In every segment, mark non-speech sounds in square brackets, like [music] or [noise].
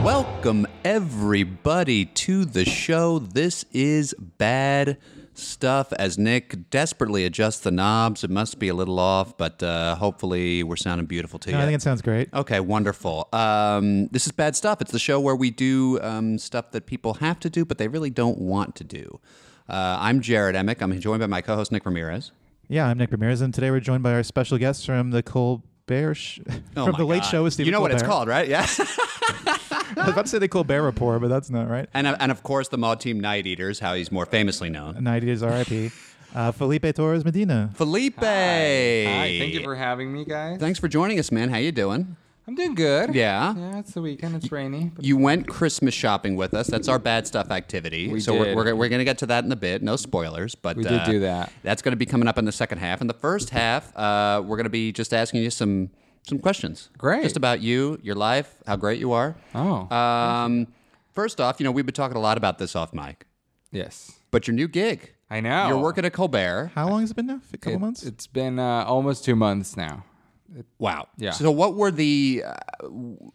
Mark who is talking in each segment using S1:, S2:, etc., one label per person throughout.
S1: welcome everybody to the show. This is bad stuff as Nick desperately adjusts the knobs. It must be a little off, but uh, hopefully we're sounding beautiful to
S2: No,
S1: you.
S2: I think it sounds
S3: Oh.
S2: great.
S1: Okay, wonderful. Um, this is Bad Stuff. It's the show where we do um, stuff that people have to do, but they really don't want to do. Uh, I'm Jared Emick. I'm joined by my co host, Nick Ramirez.
S2: Yeah, I'm Nick Ramirez, and today we're joined by our special guest from the Colbert sh- [laughs]
S1: Oh
S2: from
S1: my
S2: the Late
S1: God.
S2: Show with Stephen.
S1: You know what it's
S2: Colbert.
S1: called, right? Yeah. [laughs]
S2: [laughs] I was about to say the Colbert Report, but that's not right.
S1: and, and of course, the Mod Team Night Eaters, how he's more famously known.
S2: Night is R.I.P.
S3: [laughs]
S2: Uh, Felipe Torres Medina.
S1: Felipe.
S3: Hi, thank you for having me, guys.
S1: Thanks for joining us, man. How you doing?
S3: I'm doing good.
S1: Yeah.
S3: Yeah, it's the weekend. It's rainy. But
S1: You went Christmas shopping with us. That's our bad stuff activity.
S3: We
S1: so
S3: did.
S1: We're, we're, we're going to get to that in a bit. No spoilers, but uh,
S3: We did do that.
S1: That's going to be coming up in the second half. In the first half, uh, we're going to be just asking you some some questions.
S3: Great.
S1: Just about you, your life, how great you are.
S3: oh,
S1: Um, first off, you know we've been talking a lot about this off mic,
S3: yes.
S1: but your new gig.
S3: I know.
S1: You're working at Colbert.
S2: How long has it been now? A couple months.
S3: It's been uh, almost two months now.
S1: Wow.
S3: Yeah.
S1: So what were the? Uh,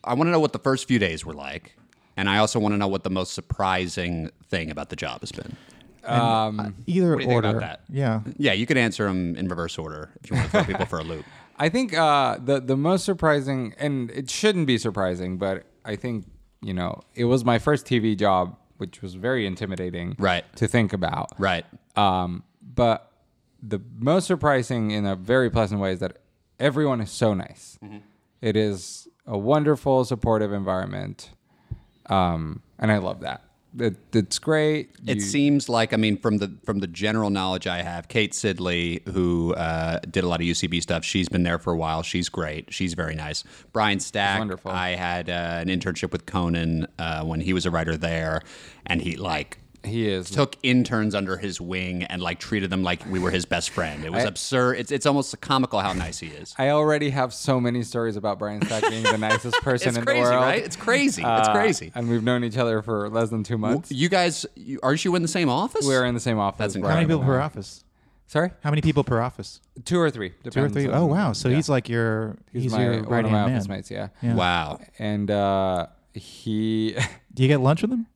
S1: I want to know what the first few days were like, and I also want to know what the most surprising thing about the job has been.
S3: Um,
S2: Either
S3: do you think
S2: order.
S3: about that?
S2: Yeah.
S1: Yeah, you could answer them in reverse order if you want to throw people for a
S3: [laughs]
S1: loop.
S3: I think uh, the the most surprising, and it shouldn't be surprising, but I think you know it was my first TV job, which was very intimidating.
S1: Right.
S3: To think about.
S1: Right.
S3: Um, but the most surprising in a very pleasant way is that everyone is so nice.
S1: Mm-hmm.
S3: It is a wonderful, supportive environment. Um, and I love that. It, it's great.
S1: It
S3: You-
S1: seems like I mean from the from the general knowledge I have, Kate Sidley, who uh, did a lot of UCB stuff, she's been there for a while. She's great. She's very nice. Brian Stack,
S3: wonderful.
S1: I had uh, an internship with Conan uh, when he was a writer there, and he like
S3: he is.
S1: took interns under his wing and like treated them like we were his best friend. It was absurd. It's it's almost comical how nice he is.
S3: I already have so many stories about Brian Stack being the nicest
S1: [laughs]
S3: person
S1: It's
S3: in
S1: crazy,
S3: the world.
S1: right? It's crazy. it's
S3: Uh,
S1: crazy.
S3: And we've known each other for less than two months.
S1: You guys, you, aren't you in the same office?
S3: We're in the same office.
S1: That's
S3: Brian
S2: How many
S3: and
S2: people per
S3: I.
S2: office?
S3: Sorry,
S2: How many people per office?
S3: two or three.
S2: Two or
S3: depends
S2: three.
S3: on-
S2: Oh wow. So
S3: Yeah.
S2: he's like your he's,
S3: my,
S2: your
S3: one
S2: right
S3: of
S2: hand
S3: my
S2: man.
S3: office mates. Yeah.
S2: Yeah.
S1: Wow.
S3: and uh, he [laughs]
S2: Do you get lunch with him?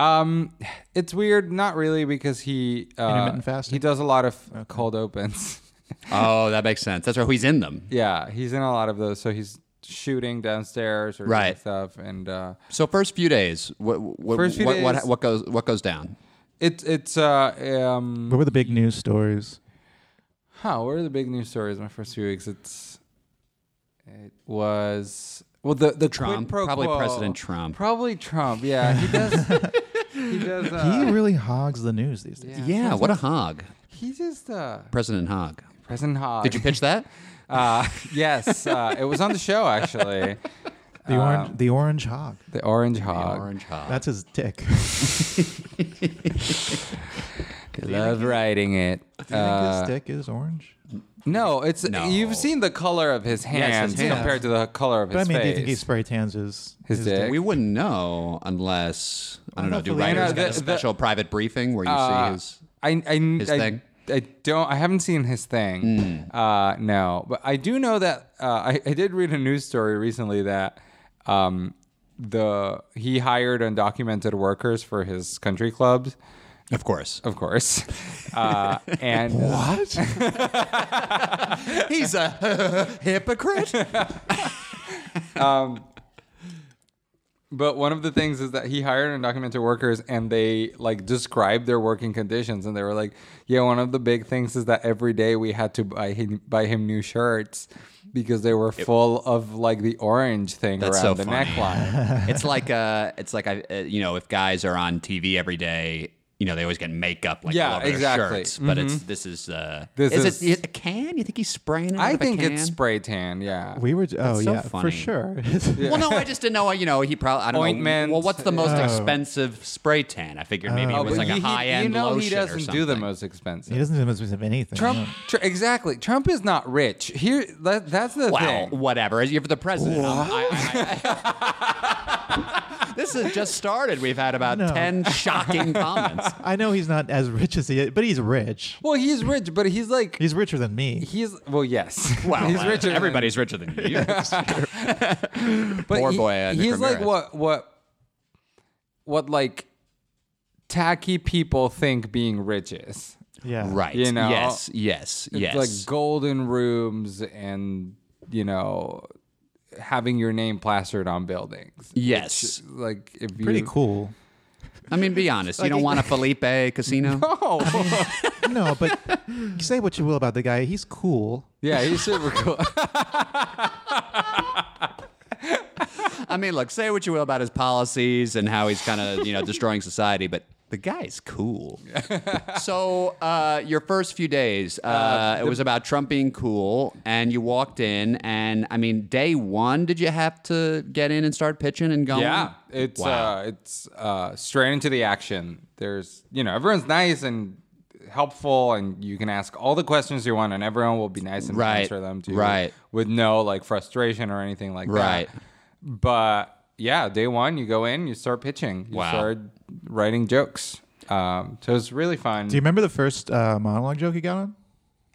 S3: um it's weird not really because he uh,
S2: Intermittent fasting?
S3: he does a lot of cold opens [laughs]
S1: Oh, that makes sense. That's right. He's in them.
S3: yeah he's in a lot of those so he's shooting downstairs or doing
S1: Right.
S3: stuff and uh
S1: So first few days, what what,
S3: First few
S1: what, what
S3: days-
S1: what goes what goes down?
S3: it's it's uh um
S2: What were the big news stories?
S3: Huh, what are the big news stories my first few weeks? It's it was well the the
S1: Trump,
S3: quid pro
S1: probably
S3: quo-
S1: President Trump.
S3: Probably Trump,
S1: [laughs]
S3: yeah. He does he does uh,
S2: he really hogs the news these days.
S1: Yeah, what a hog,
S3: he just uh
S1: President Hog.
S3: President Hogg.
S1: Did you pitch [laughs] that?
S3: uh [laughs] yes, uh, it was on the show
S1: [laughs]
S3: actually.
S2: The orange
S3: Um,
S2: the orange hog.
S3: The Orange Hog.
S1: Orange Hog.
S2: That's his [laughs] dick.
S3: Love writing it. uh,
S2: I think his dick is orange.
S3: no, it's
S1: No.
S3: you've seen the color of his hands
S1: hands.
S3: compared to the color of
S2: But I
S3: his
S2: mean,
S3: face.
S2: do you think he spray tans his,
S3: His dick.
S1: We wouldn't know unless I don't know. Do
S2: Hopefully-
S1: writers
S3: You
S1: get
S3: know,
S1: a
S3: the- the-
S1: special private briefing where you see
S3: Uh,
S1: his?
S3: I, I,
S1: his
S3: I,
S1: thing? Hmm.
S3: I don't. I haven't seen his thing. Uh, no, but I do know that uh, I, I did read a news story recently that um, the he hired undocumented workers for his country clubs,
S1: Of course,
S3: of course, [laughs] uh, and
S2: What?
S1: he's a
S3: [laughs]
S1: hypocrite.
S3: Um, But one of the things is that he hired undocumented workers and they like described their working conditions and they were like, yeah, one of the big things is that every day we had to buy him, buy him new shirts because they were full of like the orange thing
S1: That's
S3: around
S1: so
S3: the
S1: funny.
S3: neckline.
S1: it's [laughs] like uh, it's like I, uh, you know, if guys are on TV every day, you know, they always get makeup like
S3: Yeah,
S1: all over their
S3: exactly. Mm-hmm.
S1: shirts. But it's this is uh,
S3: This
S1: is,
S3: is-
S1: it a can? You think he's spraying it? out
S3: I
S1: of a
S3: think it's
S1: can?
S3: spray tan. Yeah.
S2: we were. Oh
S1: so
S2: yeah,
S1: funny.
S2: for sure. [laughs]
S1: Well, no, I just didn't know. You know, he probably I don't
S3: Ointment.
S1: know. Well, what's the most
S2: Oh.
S1: expensive spray tan? I figured maybe
S3: Oh,
S1: it was
S3: but
S1: like
S3: he-
S1: a
S3: he-
S1: high end
S3: You know,
S1: lotion
S3: he
S1: or
S3: doesn't
S1: something.
S3: do the most
S2: he
S3: expensive.
S2: doesn't do much of anything.
S3: Trump, tr- exactly. Trump is not rich. Here, that, that's the
S1: Wow,
S3: thing.
S1: whatever. You're the president. Um, I- I- I- [laughs] this has just started. We've had about
S2: No.
S1: ten shocking
S3: [laughs]
S1: comments.
S2: I know he's not as rich as he is, but he's rich.
S3: Well, he's rich, but he's like
S2: He's richer than me.
S3: he's
S1: [laughs]
S3: well, yes.
S1: Wow,
S3: he's richer. than-
S1: Everybody's richer than you.
S3: but
S1: Poor
S3: he-
S1: boy, uh, Nick
S3: he's like
S1: Ramirez.
S3: what what what like tacky people think being rich is.
S2: Yeah.
S1: Right.
S3: You know,
S1: yes. Yes.
S3: It's
S1: yes.
S3: like golden rooms and you know having your name plastered on buildings.
S1: yes.
S3: Like if
S2: Pretty
S3: you,
S2: cool.
S1: I mean, be honest. You don't want a Felipe [laughs] casino.
S3: [laughs] Oh,
S2: No,
S3: [laughs]
S2: but you say what you will about the guy. He's cool.
S3: yeah, he's super cool.
S1: I mean, look, say what you will about his policies and how he's kind of, you know, destroying society, but the guy's [laughs] cool. so, uh, your first few days, uh, it was about Trump being cool, and you walked in, and I mean, day one, did you have to get in and start pitching and going?
S3: Yeah, it's
S1: Wow.
S3: uh, it's uh, straight into the action. There's you know everyone's nice and helpful, and you can ask all the questions you want, and everyone will be nice and
S1: Right,
S3: answer them to you
S1: right.
S3: with no like frustration or anything like
S1: Right.
S3: that. But yeah, day one you go in, you start pitching, you
S1: Wow.
S3: start writing jokes. Um, so it's really fun.
S2: Do you remember the first uh, monologue joke he got on?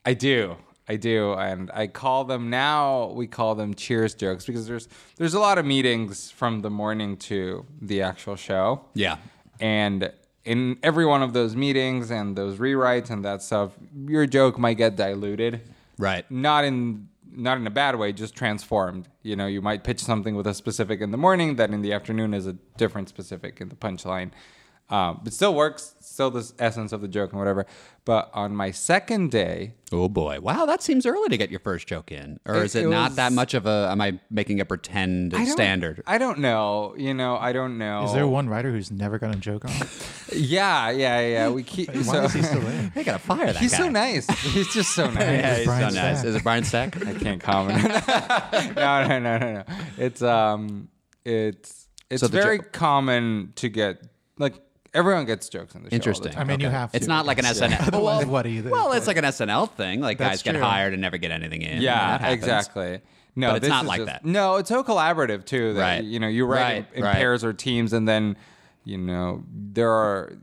S3: I do. I do, and I call them now. We call them cheers jokes because there's there's a lot of meetings from the morning to the actual show.
S1: Yeah.
S3: And in every one of those meetings and those rewrites and that stuff, your joke might get diluted.
S1: Right.
S3: Not in not in a bad way, just transformed. You know, you might pitch something with a specific in the morning that in the afternoon is a different specific in the punchline. Um, but still works, still the essence of the joke and whatever. But on my second day,
S1: Oh boy! Wow, that seems early to get your first joke in, or
S3: It-
S1: is it,
S3: it
S1: not
S3: was-
S1: that much of a? Am I making a pretend
S3: I don't-
S1: standard?
S3: I don't know. You know, I don't know.
S2: Is there one writer who's never gotten a
S3: [laughs]
S2: joke on? Why
S3: Yeah, yeah, yeah. We keep. so, [laughs]
S2: is he still in?
S1: I gotta fire that
S3: he's
S1: guy.
S3: so nice. He's just
S2: [laughs]
S3: so nice.
S1: Yeah, he's
S2: Brian
S1: so nice.
S2: Stack.
S1: Is it Brian Stack?
S3: I can't comment. [laughs] no, no, no, no, no. It's um, it's it's
S1: So the
S3: very
S1: jo-
S3: common to get like everyone gets jokes in the show. all the
S1: Interesting.
S3: time.
S2: I mean, you have to.
S1: It's not like an SNL.
S2: Otherwise,
S1: well,
S2: what are you there
S1: well,
S2: for?
S1: it's like an SNL thing. Like
S2: That's
S1: guys get
S2: true.
S1: hired and never get anything in. That
S3: Yeah,
S1: happens.
S3: exactly. No,
S1: But it's
S3: this
S1: not
S3: is
S1: like
S3: just-
S1: that.
S3: No, it's so collaborative too. That,
S1: Right.
S3: You know, you write
S1: Right,
S3: in, in
S1: right.
S3: pairs or teams, and then you know there are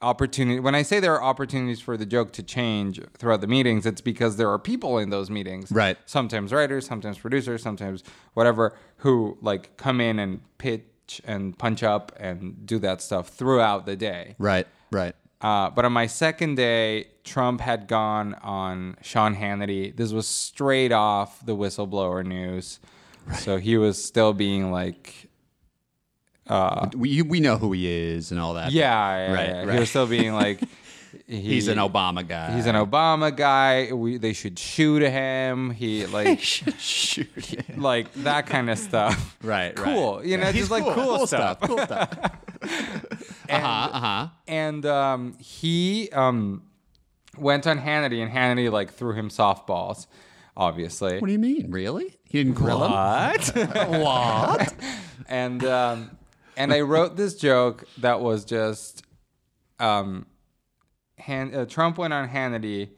S3: opportunities. When I say there are opportunities for the joke to change throughout the meetings, it's because there are people in those meetings.
S1: Right.
S3: Sometimes writers, sometimes producers, sometimes whatever who like come in and pitch and punch up and do that stuff throughout the day.
S1: Right. Right.
S3: Uh, but on my second day, Trump had gone on Sean Hannity. This was straight off the whistleblower news. So he was still being like,
S1: We you- we know who he is and all that.
S3: yeah, yeah,
S1: Right,
S3: yeah.
S1: right.
S3: He was still
S1: [laughs]
S3: being like, he-
S1: He's an Obama guy. [laughs]
S3: [laughs] He's an Obama guy. We, they should shoot him.
S1: [laughs]
S3: He like
S1: shoot.
S3: like that kind of stuff.
S1: [laughs] Right, right.
S3: Cool. You know,
S1: He's
S3: just like cool, stuff.
S1: Cool stuff. uh huh. Uh huh.
S3: and um, he um, went on Hannity, and Hannity like threw him softballs, obviously.
S1: What do you mean? Really? He didn't grill him. what?
S3: and um, and I wrote this joke that was just, um, Han- uh, Trump went on Hannity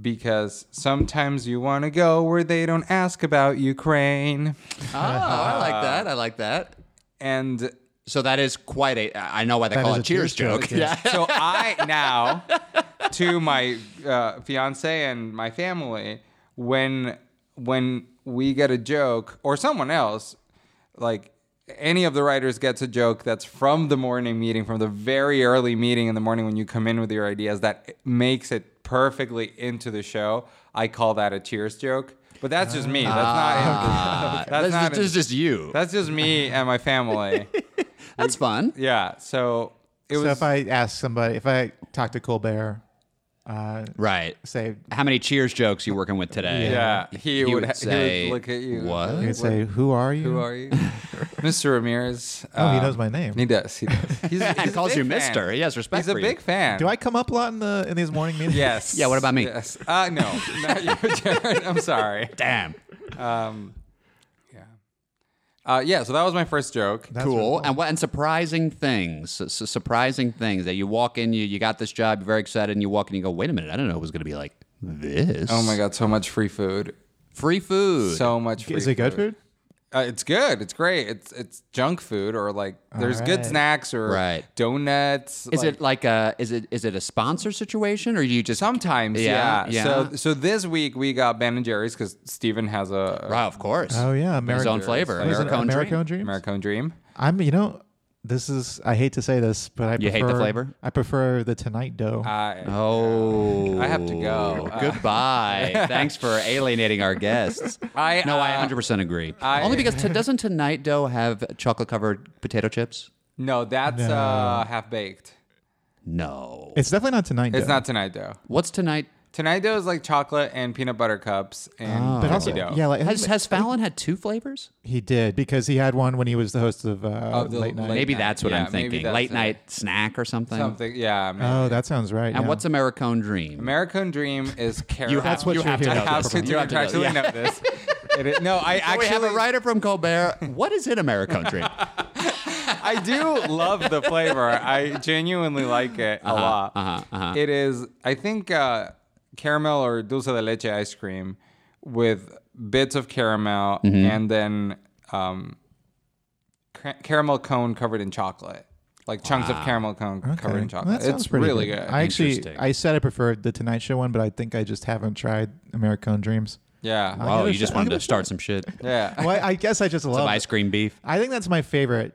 S3: because sometimes you want to go where they don't ask about Ukraine,
S1: Oh, I
S2: Ah.
S1: like that. I like that.
S3: and
S1: So that is quite a. I know why they
S2: That
S1: call
S2: is
S1: it
S2: a Cheers joke, yeah.
S3: so I now to my uh, fiance and my family when when we get a joke or someone else like any of the writers gets a joke that's from the morning meeting from the very early meeting in the morning when you come in with your ideas that makes it perfectly into the show I call that a cheers joke but that's just me that's not
S1: That's,
S3: [laughs] [laughs] that's not
S1: just, just you. That's,
S3: that's just me and my family
S1: fun.
S3: yeah so it
S2: So
S3: was
S2: if I ask somebody, if I talk to Colbert, uh,
S1: Right.
S2: say,
S1: How many Cheers jokes you working with today?
S3: Yeah, he,
S1: He
S3: would,
S1: would
S3: ha-
S1: say,
S3: he would look at you.
S1: "What?
S2: you
S3: and be
S2: would
S3: like,
S2: say, who are you?
S3: Who are you, [laughs] Mr. Ramirez?
S2: Oh, he
S3: um,
S2: knows my name.
S3: He does.
S1: [laughs]
S3: He does. He's, he's a
S1: calls
S3: big
S1: you
S3: fan.
S1: Mr.. [laughs] He has respect
S3: He's a
S1: for you.
S3: big fan.
S2: Do I come up a lot in the in these
S3: [laughs]
S2: morning meetings?
S3: Yes.
S1: [laughs] Yeah, what about me?
S3: Yes. Uh, no, [laughs] not you, Jared. I'm sorry.
S1: Damn.
S3: Uh, yeah. So that was my first joke.
S2: That's
S1: cool.
S2: really
S1: And what and surprising things, su- su- surprising things that you walk in, you you got this job, you're very excited, and you walk in, you go, wait a minute, I didn't know it was gonna be like this.
S3: Oh my god, so much free food.
S1: Free food.
S3: So much. Free
S2: Is it good food?
S3: Uh, it's good. It's great. It's it's junk food or like there's
S2: right.
S3: good snacks or
S1: Right.
S3: donuts.
S1: is
S3: like-
S1: it like a is it is it a sponsor situation or you just
S3: Sometimes,
S1: Yeah,
S3: yeah.
S1: yeah.
S3: So, so this week we got Ben and Jerry's because Steven has a
S1: Wow, of course.
S2: Oh yeah, American
S1: His own flavor.
S2: There's an
S1: Americone
S2: American
S1: dream.
S2: Dreams.
S3: American Dream.
S2: I'm, you know, This is I hate to say this, but I
S1: You hate
S2: prefer,
S1: the flavor?
S2: I prefer the Tonight Dough.
S3: I,
S1: Oh,
S3: I have to [laughs] go. Uh,
S1: Goodbye. [laughs] Thanks for alienating our guests.
S3: I,
S1: no, I
S3: uh,
S1: 100% agree.
S3: I-
S1: Only because t- doesn't tonight dough have chocolate covered potato chips?
S3: no, that's uh, half baked.
S1: No.
S2: it's definitely not Tonight
S3: It's
S2: Dough.
S3: not tonight dough.
S1: What's tonight?
S3: Tonight dough is like chocolate and peanut butter cups and
S2: Ah. But
S3: cookie
S2: also,
S3: dough.
S2: yeah, like
S1: Has has Fallon had two flavors?
S2: he did because he had one when he was the host of, uh,
S3: Of the
S2: late night.
S3: late-
S1: Maybe
S3: night.
S1: that's what
S3: Yeah,
S1: I'm
S3: maybe
S1: thinking.
S3: that's
S1: Late
S3: it.
S1: night snack or something.
S3: something. Yeah, man.
S2: Oh, that sounds right.
S1: And
S2: yeah.
S1: what's Americone Dream?
S3: American Dream is caramel.
S2: That's what
S1: you
S2: you're
S1: have
S2: here
S1: to
S3: I
S2: about
S3: have
S2: this
S3: to
S2: program.
S3: do.
S1: You
S3: I
S1: have to
S3: actually
S1: do
S3: know this. It is, no, I
S1: we
S3: actually
S1: have a writer from Colbert. What is in Americone
S2: [laughs]
S1: Dream?
S3: I do love the flavor. I genuinely like it a lot.
S1: uh-huh, uh-huh.
S3: It is, I think, uh, caramel or dulce de leche ice cream with bits of caramel
S1: Mm-hmm.
S3: and then um, ca- caramel cone covered in chocolate, like chunks of caramel cone covered in
S2: Okay. Well,
S3: chocolate.
S2: that sounds
S3: it's
S2: pretty
S3: really good.
S2: I actually,
S1: Interesting.
S2: I said I preferred the Tonight Show one, but I think I just haven't tried American Dreams.
S3: yeah.
S1: oh,
S2: I'll give it
S1: you
S2: a
S1: just
S2: shot.
S1: wanted
S2: I'll give it
S1: to
S2: a
S1: start some shit.
S3: Yeah.
S2: Well, I guess I just love.
S1: Ice cream beef.
S2: I think that's my favorite.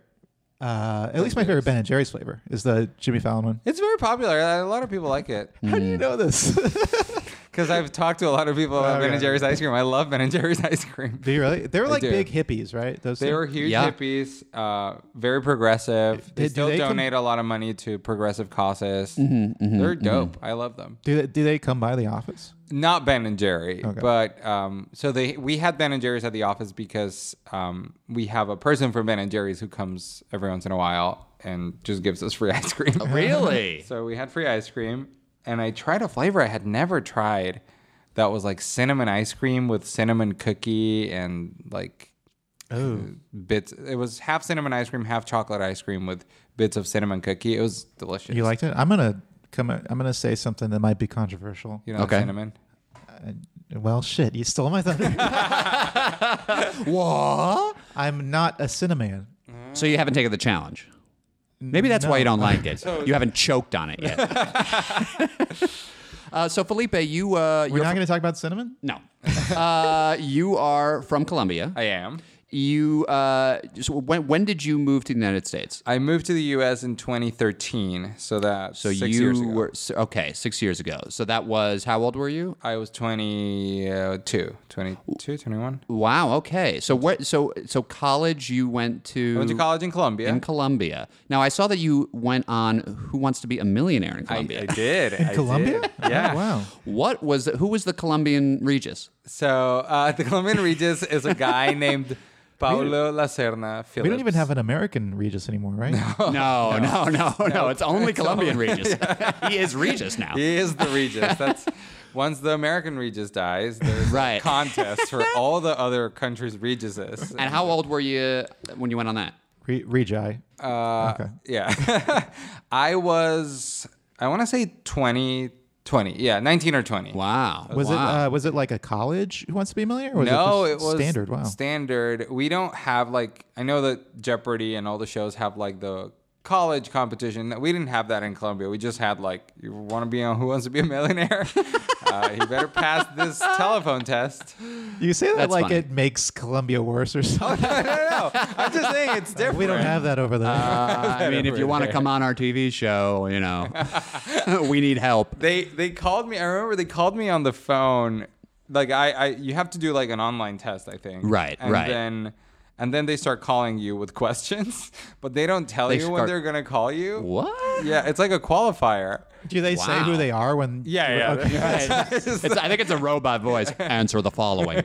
S2: Uh, at least my favorite Ben and Jerry's flavor is the Jimmy Fallon one.
S3: [laughs] It's very popular. A lot of people like it
S2: How do you know this? [laughs]
S3: because I've talked to a lot of people about Ben and
S2: Okay.
S3: Jerry's ice cream. I love Ben and Jerry's [laughs] ice cream.
S2: do you really? They were like
S3: do.
S2: big hippies, right? Those
S3: They
S2: two?
S3: were huge
S1: Yeah.
S3: hippies, uh, very progressive. They
S2: do
S3: still
S2: they com- Mm-hmm,
S3: donate a lot of money to progressive causes. They're dope. I love them.
S2: Do they, do they come by the office?
S3: Not Ben and Jerry,
S2: Okay.
S3: but um, so they we had Ben and Jerry's at the office because um, we have a person from Ben and Jerry's who comes every once in a while and just gives us free [laughs] ice cream.
S2: Oh, [laughs]
S1: Really?
S3: so we had free ice cream, and I tried a flavor I had never tried that was like cinnamon ice cream with cinnamon cookie and like
S2: Oh,
S3: bits. It was half cinnamon ice cream, half chocolate ice cream with bits of cinnamon cookie. It was delicious.
S2: you liked it? I'm gonna come. I'm gonna say something that might be controversial.
S3: You know,
S1: Okay.
S3: cinnamon.
S2: Well, shit, you stole my
S3: [laughs]
S2: thunder.
S1: What?
S2: I'm not a cinnamon.
S1: So you haven't taken the challenge. Maybe that's why you don't like
S2: [laughs]
S1: it. you haven't choked on it yet. [laughs] uh, so Felipe, you uh,
S2: We're
S1: you're
S2: not gonna talk about cinnamon.
S1: [laughs] no, uh, you are from Colombia.
S3: I am.
S1: You uh, so when when did you move to the United States?
S3: I moved to the U.S. in 2013, so that
S1: So
S3: six
S1: you
S3: years ago.
S1: were so- okay six years ago. So that was how old were you?
S3: I was 22, 22, 21.
S1: Wow. Okay. So where? So so college you went to?
S3: I went to college in Colombia.
S1: in Colombia. Now I saw that you went on Who Wants to Be a Millionaire in
S3: I, I
S1: Colombia.
S3: did. In
S2: Colombia? [laughs]
S3: Yeah.
S2: Oh, wow.
S1: What was who was the Colombian Regis?
S3: So uh, [laughs] the Colombian Regis is a
S2: [laughs]
S3: guy named Paulo Lacerna Phillips.
S2: We don't even have an American Regis anymore, right?
S1: [laughs] no, no, no, [laughs] no, It's only Colombian [laughs] Regis. he is Regis now.
S3: He is the Regis. That's [laughs] once the American Regis dies, there's
S1: Right.
S3: a contest
S2: [laughs]
S3: for all the other countries' Regises.
S1: And how old were you when you went on that?
S2: [laughs] Re- Regi.
S3: Uh,
S2: Okay.
S3: Yeah. [laughs] I was, I want to say 20, 20. Yeah, 19 or 20.
S1: Wow.
S2: Was
S1: wow.
S3: [laughs]
S2: it uh, was it like a college who wants to be a millionaire? Or was
S3: No,
S2: it,
S3: it
S2: just
S3: was
S2: standard. Wow.
S3: Standard. We don't have like I know that Jeopardy and all the shows have like the college competition. We didn't have that in Colombia. We just had like you want to be on Who Wants to Be a Millionaire?
S2: [laughs]
S3: uh, you better pass this telephone test.
S2: you say that
S1: That's
S2: like
S1: funny.
S2: it makes Colombia worse or [laughs] something.
S3: I don't know. I'm just saying it's different.
S2: we don't have that over there.
S1: Uh, I mean, if you want to come on our TV show, you know, [laughs] we need help.
S3: they they called me. I remember they called me on the phone. Like I, I you have to do like an online test, I think.
S1: Right,
S3: and
S1: right.
S3: Then, and then they start calling you with [laughs] questions, but they don't tell
S1: They
S3: you when
S1: start-
S3: they're gonna call you.
S1: What?
S3: Yeah, it's like a qualifier.
S2: [laughs] Do they say
S1: wow.
S2: who they are when?
S3: Yeah, yeah.
S2: okay.
S3: [laughs]
S1: It's- I think it's a robot voice. Answer the following.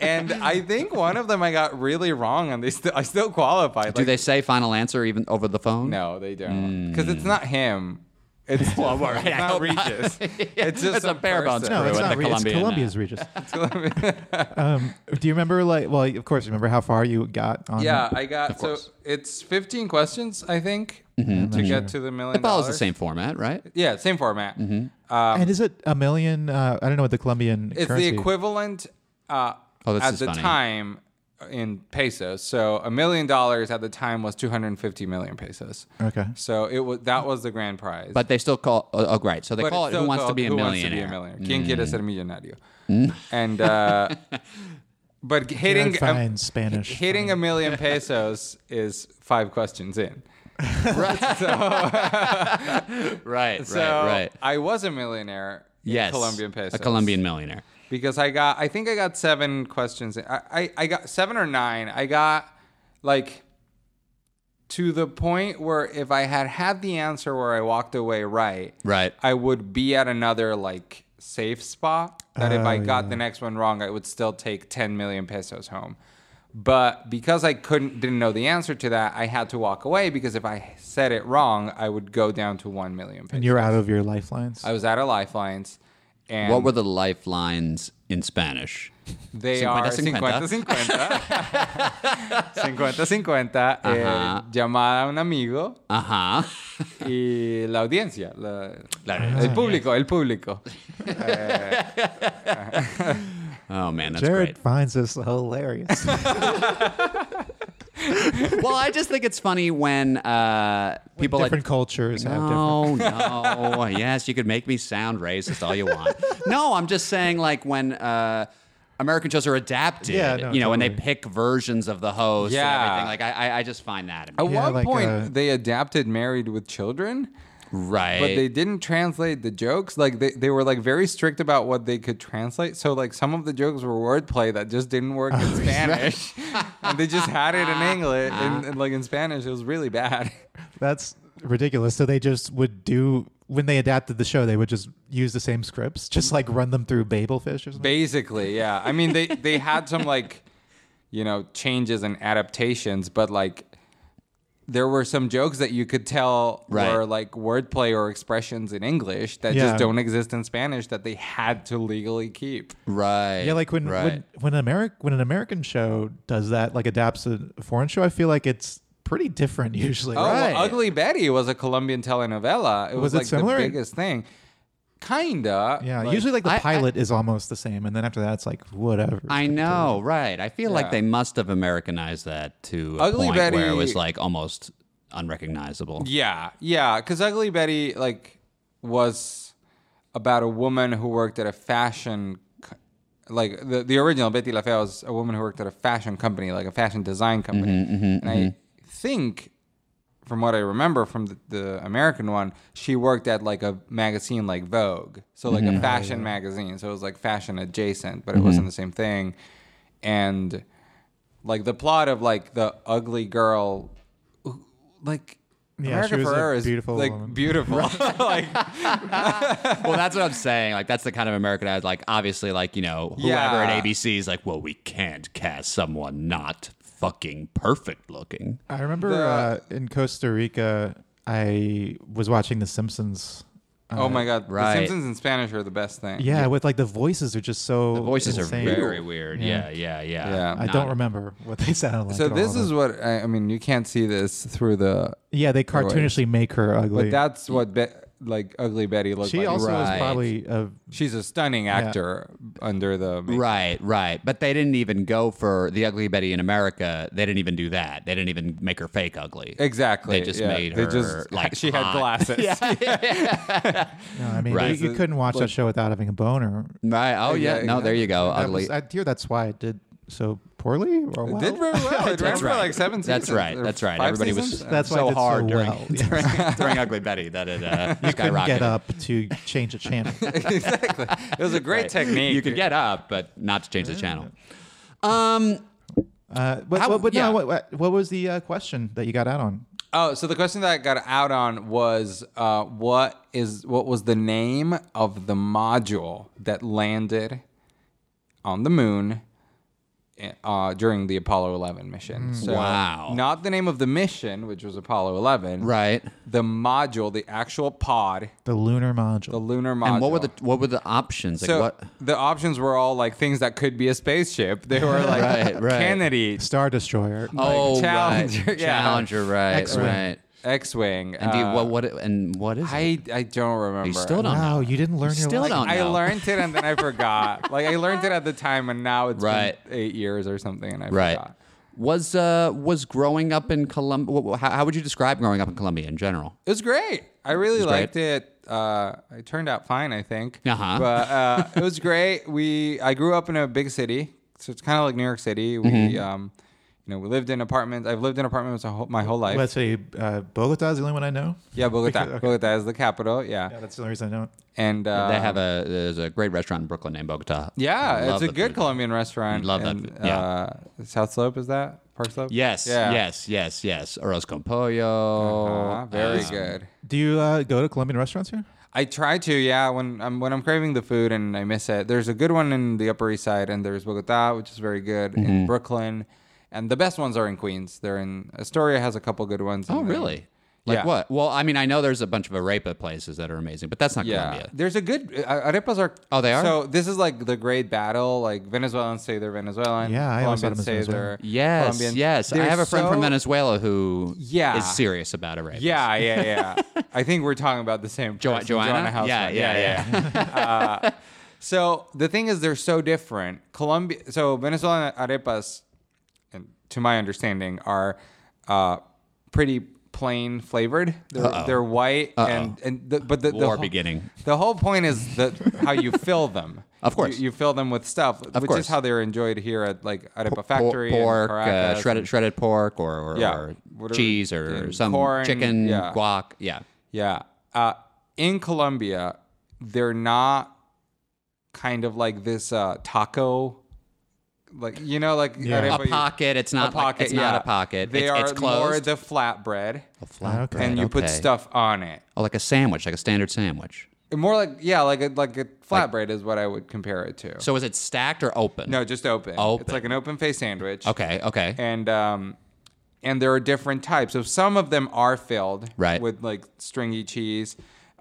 S3: and I think one of them I got really wrong, and they still I still qualified.
S1: Do they Mm. say final answer even over the phone?
S3: [laughs] No, they don't, because it's not him. It's, [laughs]
S1: Well, all right,
S3: it's
S1: I
S3: not
S1: hope not.
S3: Regis.
S1: [laughs] It's
S3: [laughs] It's just
S1: a
S3: some
S1: bare-bones
S3: person.
S2: No,
S1: Or
S2: it's
S1: with
S2: not.
S1: the
S2: Re- it's
S1: Colombian, uh,
S2: Colombia's
S3: [laughs]
S2: Regis. [laughs] um, do you remember like? Well, of course, you remember how far you got on.
S3: Yeah, I got so
S1: course. Mm-hmm,
S3: it's 15 questions I think to get to the million.
S1: It follows the
S3: dollars.
S1: same Mm-hmm. format, right?
S3: Yeah, same format. Um,
S2: and is it a million? Uh, I don't know what the Colombian.
S3: it's
S2: currency.
S3: the equivalent uh,
S1: Oh, this
S3: at
S1: is
S3: the
S1: funny.
S3: time in pesos. So a million dollars at the time was 250 million pesos.
S2: Okay.
S3: So it was that was the grand prize.
S1: But they still call. Oh, oh great. So they
S3: But
S1: call it
S3: it's
S1: Who
S3: still
S1: Wants to
S3: called
S1: Be a
S3: Who
S1: Millionaire? Mm. [laughs]
S3: Wants to be a millionaire? ¿Quién quiere ser millonario? And uh, But hitting
S2: Can't find Spanish
S3: hitting a million pesos is five questions
S1: [laughs]
S3: in. [laughs]
S1: Right,
S3: So
S1: right, right.
S3: I was a millionaire. in
S1: Yes.
S3: Colombian pesos.
S1: A Colombian millionaire.
S3: because I got I think I got seven questions. I, I, I got seven or nine. I got like to the point where if I had had the answer where I walked away right,
S1: Right.
S3: I would be at another like safe spot that if I
S2: Oh,
S3: got
S2: yeah.
S3: the next one wrong, I would still take 10 million pesos home. But because I couldn't didn't know the answer to that, I had to walk away because if I said it wrong, I would go down to 1 million pesos.
S2: and you're out of your lifelines.
S3: I was out of lifelines. And
S1: What were the lifelines in Spanish?
S3: They
S1: 50,
S3: are 50 50.
S2: [laughs]
S3: 50 50. eh, llamada a un amigo
S1: Uh huh.
S3: y la audiencia. la-
S1: La-
S3: el público, el público.
S1: Oh man, that's
S2: Jared
S1: great.
S2: finds this
S3: [laughs]
S2: hilarious.
S1: Well, I just think it's funny when uh, people like
S2: different cultures have different.
S1: No, no. yes, you could make me sound racist all you want. No, I'm just saying, like, when uh, American shows are adapted,
S2: Yeah, no,
S1: you know, when they
S2: totally.
S1: pick versions of the host
S3: Yeah. Oh,
S1: and everything, like, I, I, I just find that.
S3: At
S1: amusing.
S2: Yeah,
S3: one
S2: like,
S3: point,
S2: uh,
S3: they adapted Married with Children,
S1: Right.
S3: but they didn't translate the jokes. Like, they, they were, like, very strict about what they could translate. So, like, some of the jokes were wordplay that just didn't work
S2: [laughs] Oh,
S3: in Spanish. and they just had it in English. And, and, like, in Spanish, it was really bad. [laughs]
S2: That's ridiculous. So they just would do when they adapted the show, they would just use the same scripts, just like run them through Babelfish or something.
S3: Basically, yeah. I mean, they they had some like, you know, changes and adaptations, but like, there were some jokes that you could tell
S1: Right.
S3: were like wordplay or expressions in English that
S2: Yeah.
S3: just don't exist in Spanish that they had to legally keep.
S1: right.
S2: yeah, like when
S1: right.
S2: when when an American when an American show does that, like adapts a foreign show, I feel like it's pretty different [laughs] usually.
S3: Oh, well,
S1: Right.
S3: Ugly Betty was a Colombian telenovela. It
S2: Was
S3: was,
S2: it
S3: like
S2: similar?
S3: the biggest thing. Kinda.
S2: Yeah,
S3: Like,
S2: usually like the
S1: I- I-
S2: pilot is almost the same, and then after that it's like whatever.
S1: I know, right. I feel like
S3: Yeah.
S1: they must have Americanized that to a
S3: Ugly
S1: point where it was,
S3: Betty-
S1: like, almost unrecognizable.
S3: Yeah, yeah, because Ugly Betty like was about a woman who worked at a fashion, co- like the the original Betty La Fea was a woman who worked at a fashion company, like a fashion design company, and I think. From what I remember from the, the American one, she worked at like a magazine like Vogue. So, like
S1: Mm-hmm.
S3: a fashion magazine. So, it was like fashion adjacent, but it wasn't the same thing. And like the plot of like the ugly girl like
S2: Yeah,
S3: America
S2: she was a
S3: Ferrera is
S2: beautiful
S3: like
S2: woman. [laughs]
S3: beautiful. like
S1: well, that's what I'm saying. Like, that's the kind of American I like. Obviously, like you know, whoever
S3: Yeah.
S1: at ABC is like, well, we can't cast someone not fucking perfect looking.
S2: I remember
S3: The-
S2: uh, in Costa Rica, I was watching The Simpsons.
S3: [laughs] oh my god,
S1: right.
S3: the Simpsons in Spanish are the best thing.
S2: Yeah, with like the voices are just so.
S1: The voices
S2: insane.
S1: are very weird. Yeah, yeah, yeah.
S3: Yeah.
S2: I
S1: Not-
S2: don't remember what they [laughs] sounded like.
S3: So
S2: at all,
S3: this is
S2: but-
S3: what I, I mean. You can't see this through the,
S2: yeah, they cartoonishly make her
S3: but
S2: ugly.
S3: that's what Be- like ugly Betty looks
S2: she
S3: like.
S2: also
S1: Right.
S2: was probably a
S3: She's a stunning actor under the makeup.
S1: Right, right. But they didn't even go for the Ugly Betty in America. They didn't even do that. They didn't even make her fake ugly.
S3: Exactly.
S1: They just
S3: yeah.
S1: made
S3: They
S1: her
S3: [laughs] just-
S1: like
S3: she
S1: hot.
S3: had
S1: [laughs]
S3: glasses.
S2: No, I mean,
S1: Right.
S2: you, you couldn't watch that show without having a boner.
S1: Right. Oh yeah. No, there you go.
S2: I,
S1: Ugly.
S2: was, I hear that's why it did so poorly. Or
S3: It
S2: well. [laughs]
S3: [laughs] did very well. It ran
S1: That's
S3: for
S1: right.
S3: like seven seasons.
S1: That's right.
S3: or
S1: That's right.
S3: five
S1: Everybody was [laughs]
S3: seasons?
S2: That's why
S1: so
S2: it did so
S1: hard during, [laughs]
S2: well.
S1: during during Ugly Betty that it uh, [laughs] skyrocketed.
S2: get up to change
S1: [laughs]
S2: a channel.
S3: exactly. It was a great
S1: Right.
S3: [laughs] technique.
S1: You could get up, but not to change the channel. Um,
S2: Uh, but
S1: How-
S2: but, but
S1: yeah.
S2: no, what- what, what was the uh, question that you got out on?
S3: Oh, so the question that I got out on was uh, what is what was the name of the module that landed on the moon uh, during the Apollo 11 mission?
S1: Mm.
S3: So
S1: Wow.
S3: Not the name of the mission, which was Apollo 11.
S1: right.
S3: The module, the actual pod,
S2: The lunar
S3: the
S2: module.
S3: lunar module.
S1: And what were the what were the options? Like
S3: so
S1: what?
S3: the options were all like things that could be a spaceship. [laughs] They
S1: [laughs]
S3: were like
S1: Right, right.
S3: Kennedy,
S2: Star Destroyer.
S1: Oh,
S3: Challenger,
S1: right.
S3: yeah.
S1: Challenger, right,
S2: X-Wing.
S1: right.
S3: X-wing.
S1: And do you,
S3: uh,
S1: what what and what is it?
S3: I I don't remember.
S1: You still don't
S2: wow,
S1: know.
S2: you didn't learn your
S1: still
S2: lesson.
S1: don't
S3: I
S1: know.
S3: learned it and then I
S1: [laughs]
S3: forgot. like I learned it at the time and now it's
S1: Right.
S3: been eight years or something and I
S1: Right.
S3: forgot.
S1: Was uh was growing up in Colombia? How, how would you describe growing up in Colombia in general?
S3: It was great. I really
S1: great.
S3: liked it. Uh, it turned out fine, I think.
S1: Uh-huh. [laughs]
S3: But uh, it was great. We I grew up in a big city, so it's kind of like New York City. We,
S1: Mm-hmm.
S3: um, you know, we lived in apartments. I've lived in apartments a whole, my whole life.
S2: Let's say uh, Bogota is the only one I know.
S3: yeah, Bogota.
S2: Okay.
S3: Bogota is the capital. Yeah,
S2: Yeah, that's the only reason I know.
S3: and uh,
S1: they have a there's a great restaurant in Brooklyn named Bogota. I
S3: Yeah,
S1: love
S3: it's a
S1: the
S3: good
S1: food.
S3: Colombian restaurant.
S1: Love that
S3: and,
S1: food, yeah.
S3: Uh, South Slope is that Park Slope?
S1: Yes,
S3: Yeah.
S1: yes, yes, yes. Arroz con pollo.
S3: Uh-huh, very
S1: um,
S3: good.
S2: Do you uh, go to Colombian restaurants here?
S3: I try to, yeah. When I'm when I'm craving the food and I miss it, there's a good one in the Upper East Side, and there's Bogota, which is very good
S1: Mm-hmm.
S3: in Brooklyn, and the best ones are in Queens. They're in Astoria has a couple good ones.
S1: Oh,
S3: and then-
S1: really? Like
S3: Yeah.
S1: what? Well, I mean, I know there's a bunch of arepa places that are amazing, but that's not
S3: Yeah,
S1: Colombia.
S3: there's a good uh, arepas are.
S1: Oh, they are?
S3: So this is like the great battle. Like Venezuelans say they're Venezuelan.
S2: Yeah, I always thought
S3: Colombians
S2: it was
S3: say
S2: Venezuelan.
S3: they're
S1: Yes,
S3: Colombian.
S1: yes. I
S3: They're
S1: have a friend from
S3: so-
S1: Venezuela who is
S3: Yeah.
S1: serious about arepas.
S3: Yeah, yeah, yeah. I think we're talking about the
S1: [laughs]
S3: same
S1: Jo-
S3: person,
S1: Joanna? Yeah,
S3: Houseman.
S1: yeah,
S3: yeah. [laughs] Uh, so the thing is, they're so different. Colombia, so Venezuelan arepas, and to my understanding, are uh, pretty plain flavored. They're, they're white and and the, but the, the
S1: War
S3: whole-
S1: beginning.
S3: The whole point is that how you fill them.
S1: [laughs] Of course.
S3: you, you fill them with stuff, which
S1: course.
S3: is how they're enjoyed here at like arepa
S1: Por-
S3: factory, in
S1: pork, uh,
S3: Caracas.
S1: shredded shredded pork, or, or,
S3: Yeah,
S1: or
S3: whatever,
S1: cheese, or
S3: and
S1: some
S3: corn,
S1: chicken,
S3: yeah.
S1: guac. Yeah,
S3: Yeah. Uh, in Colombia, they're not kind of like this uh, taco, like you know, like
S2: Yeah.
S1: a
S3: arepa, you-
S1: pocket. It's not like, it's not
S3: yeah.
S1: a pocket.
S3: They
S1: it's,
S3: are
S1: it's
S3: more
S1: closed.
S3: the flatbread,
S1: A flatbread,
S3: and you put
S1: okay.
S3: stuff on it.
S1: oh, like a sandwich, like a standard sandwich.
S3: More like yeah, like a, like a flatbread is what I would compare it to.
S1: So is it stacked or open?
S3: no, just open.
S1: Open.
S3: It's like an open face sandwich.
S1: Okay. Okay.
S3: and um, and there are different types. So some of them are filled
S1: Right.
S3: with like stringy cheese.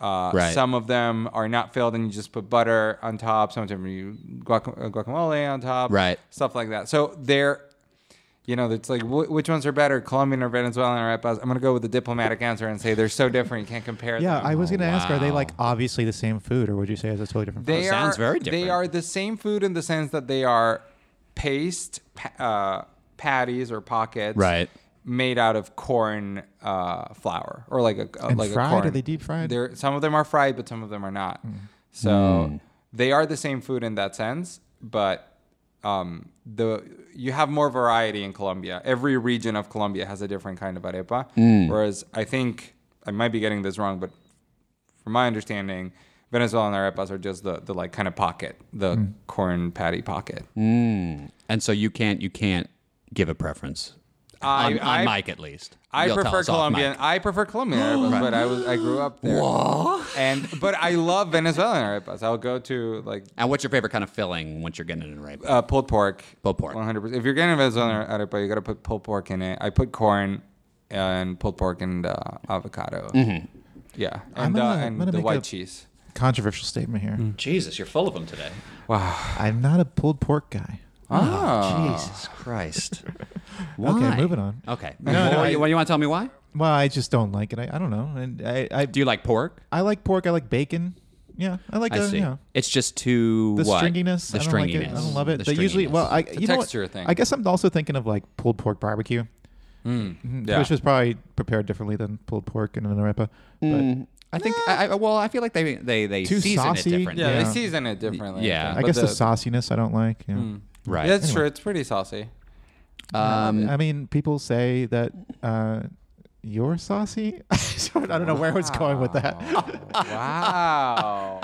S3: Uh,
S1: Right.
S3: Some of them are not filled, and you just put butter on top. Some of them you guac- uh, guacamole on top.
S1: Right.
S3: Stuff like that. So they're, you know, it's like wh- which ones are better, Colombian or Venezuelan arepas? I'm gonna go with the diplomatic answer and say they're so different. You can't compare.
S2: Yeah,
S1: Oh,
S3: them.
S2: I was going to ask, are they like
S1: wow.
S2: obviously the same food, or would you say it's a totally different?
S3: They
S1: Oh, sounds
S3: are,
S1: very
S3: They
S1: different.
S3: are the same food in the sense that they are paste pa- uh, patties or pockets,
S1: Right.
S3: Made out of corn uh, flour or like a uh,
S2: And
S3: like
S2: fried?
S3: A
S2: Are
S3: corn.
S2: they deep fried? Hmm.
S3: They're, some of them are fried, but some of them are not. So
S1: Hmm.
S3: they are the same food in that sense, but um, the you have more variety in Colombia. Every region of Colombia has a different kind of arepa.
S1: Hmm.
S3: Whereas I think I might be getting this wrong, but from my understanding, Venezuelan arepas are just the, the like kind of pocket, the
S2: Hmm.
S3: corn patty pocket.
S1: Hmm. And so you can't you can't give a preference.
S3: I-
S1: on, on
S3: I-
S1: Mike at least.
S3: I
S1: You'll tell
S3: prefer
S1: us off mic.
S3: Colombian. I prefer Colombian arepas, but I was I grew up there. And but I love Venezuelan arepas. I'll go to like
S1: And what's your favorite kind of filling once you're getting it in right?
S3: uh, pulled pork.
S1: Pulled pork.
S3: One hundred percent. If you're getting a Venezuelan arepa, you got to put pulled pork in it. I put corn and pulled pork and uh, avocado.
S1: Mm-hmm.
S3: Yeah,
S2: I'm
S3: and,
S2: gonna-
S3: uh,
S2: I'm
S3: and
S2: gonna
S3: the
S2: make
S3: white
S2: a-
S3: cheese.
S2: Controversial statement here.
S1: Jesus, you're full of them today.
S3: Wow.
S2: I'm not a pulled pork guy. Ah,
S3: Oh.
S1: Jesus Christ. [laughs]
S2: Okay, moving on.
S1: Ah. Okay.
S2: no,
S1: well,
S2: I-
S1: you, well, you want to tell me why?
S2: Well, I just don't like it. I, I don't know. And I, I
S1: Do you like pork?
S2: I like pork. I like bacon. Yeah, I like.
S1: I
S2: uh,
S1: see.
S2: Yeah.
S1: It's just too
S2: The
S1: what?
S2: stringiness.
S1: The
S2: I don't
S1: stringiness.
S2: Like it. I don't love
S1: The
S2: it. They usually,
S1: stringiness.
S2: well, I you know what?
S3: texture thing.
S2: I guess I'm also thinking of like pulled pork barbecue,
S3: Mm. yeah.
S2: which was probably prepared differently than pulled pork in an arepa. But
S1: I think. I, I- well, I feel like they they they
S2: Too
S1: season
S2: saucy?
S1: it different.
S3: Yeah,
S2: Yeah.
S3: they season it differently.
S1: Yeah.
S2: I
S3: But
S2: guess the, sauciness I don't like. Yeah.
S1: Mm. Right.
S3: That's true. It's pretty
S2: [laughs]
S3: saucy.
S1: Um,
S2: I mean, people say that uh, you're saucy. [laughs] I don't I don't know where I was going with that.
S3: wow.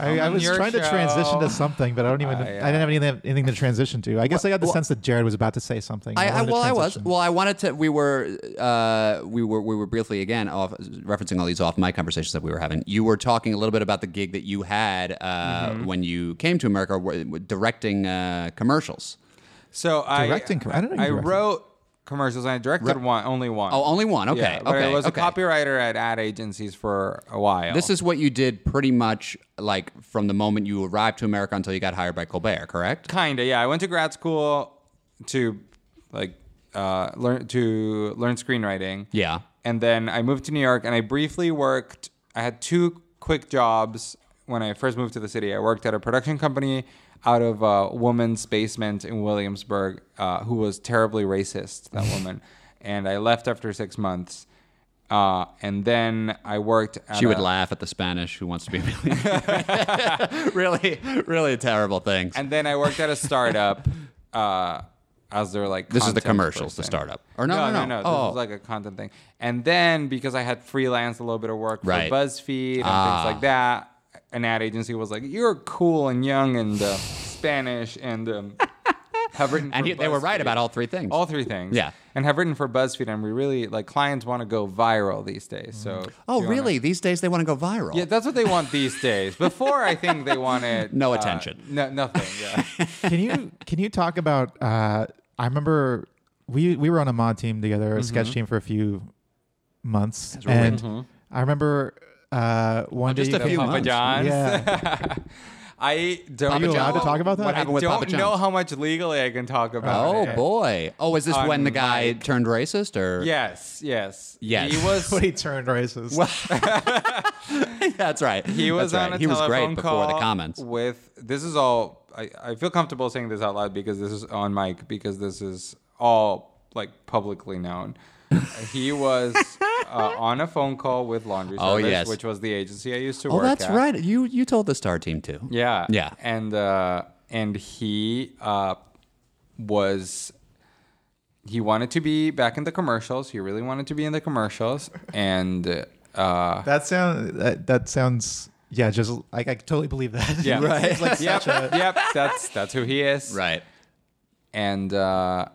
S2: I, I was trying to transition to something, but I don't even.
S3: Ah,
S2: I
S3: yeah.
S2: didn't have anything, anything to transition to. I guess I got the sense that Jared was about to say something.
S1: I, I,
S2: wanted to
S1: well, I was.
S2: transition.
S1: Well, I wanted to. We were. Uh, we were. We were briefly again off referencing all these off my conversations that we were having. You were talking a little bit about the gig that you had uh, when you came to America, w- w- directing uh, commercials.
S3: So I
S2: Directing com- I don't know you
S3: I
S2: directed.
S3: wrote commercials and I directed one, only one.
S1: Oh, only one. Okay.
S3: Yeah,
S1: okay.
S3: but I was
S1: okay.
S3: a copywriter at ad agencies for a while.
S1: This is what you did pretty much like from the moment you arrived to America until you got hired by Colbert, correct?
S3: kind of yeah. I went to grad school to like uh, learn to learn screenwriting.
S1: Yeah.
S3: and then I moved to New York and I briefly worked. I had two quick jobs when I first moved to the city. I worked at a production company out of a woman's basement in Williamsburg uh, who was terribly racist,
S1: [laughs]
S3: that woman. And I left after six months. Uh, and then I worked at
S1: She would
S3: a-
S1: laugh at the Spanish who wants to be a [laughs] millionaire. really, really a terrible thing. [laughs]
S3: And then I worked at a startup uh, as their like.
S1: This is the
S3: content
S1: commercials, the
S3: person.
S1: startup. Or no, no, no.
S3: no, This
S1: Oh.
S3: is like a content thing. And then because I had freelance a little bit of work for
S1: Right. Ah.
S3: BuzzFeed and things like that, an ad agency was like, "You're cool and young and uh, Spanish
S1: [laughs]
S3: and um, have written."
S1: And
S3: for
S1: he, they were right
S3: BuzzFeed."
S1: about all three things.
S3: all three things.
S1: Yeah.
S3: and have written for BuzzFeed, and we really like clients want to go viral these days. So
S1: oh,
S3: do you wanna-
S1: really? These days they want to go viral.
S3: yeah, that's what they want these days. Before, I think they
S1: [laughs]
S3: wanted
S1: No
S3: uh,
S1: attention.
S3: no, nothing. Yeah.
S2: can
S1: [laughs]
S2: you can you talk about uh i remember we we were on a mod team together a sketch team for a few months
S1: Mm-hmm. right. Mm-hmm.
S2: and i remember uh one
S1: just
S2: day
S1: a few
S3: Papa
S1: months.
S3: John's.
S2: yeah
S3: [laughs] I don't.
S1: Are you
S3: know-
S1: allowed to
S2: talk about that?
S1: What happened
S3: I
S1: with
S3: don't
S1: Papa
S3: know
S1: John's?
S3: how much legally I can talk about.
S1: Oh
S3: it.
S1: boy. Oh, is this when the guy
S3: Unlike-
S1: turned racist or?
S3: Yes, yes,
S1: Yes.
S3: He was.
S2: [laughs] when he turned racist
S1: [laughs] that's right.
S3: He was
S1: that's
S3: on
S1: right.
S3: a
S1: He was
S3: telephone
S1: great
S3: call
S1: before the comments.
S3: With this is all. I, I feel comfortable saying this out loud because this is on mic because this is all like publicly known. he was uh, on a phone call with Laundry
S1: Oh,
S3: Service,
S1: yes.
S3: which was the agency I used to
S1: Oh,
S3: work.
S1: that's
S3: at.
S1: right. You you told the star team too.
S3: Yeah.
S1: Yeah.
S3: And uh and he uh was he wanted to be back in the commercials. He really wanted to be in the commercials and
S1: [laughs]
S3: uh
S2: that sound that, that sounds yeah just like i totally believe that
S3: yeah.
S2: [laughs] It's like
S3: yep.
S2: such a-
S3: Yep. That's that's who he is.
S1: Right.
S3: and uh,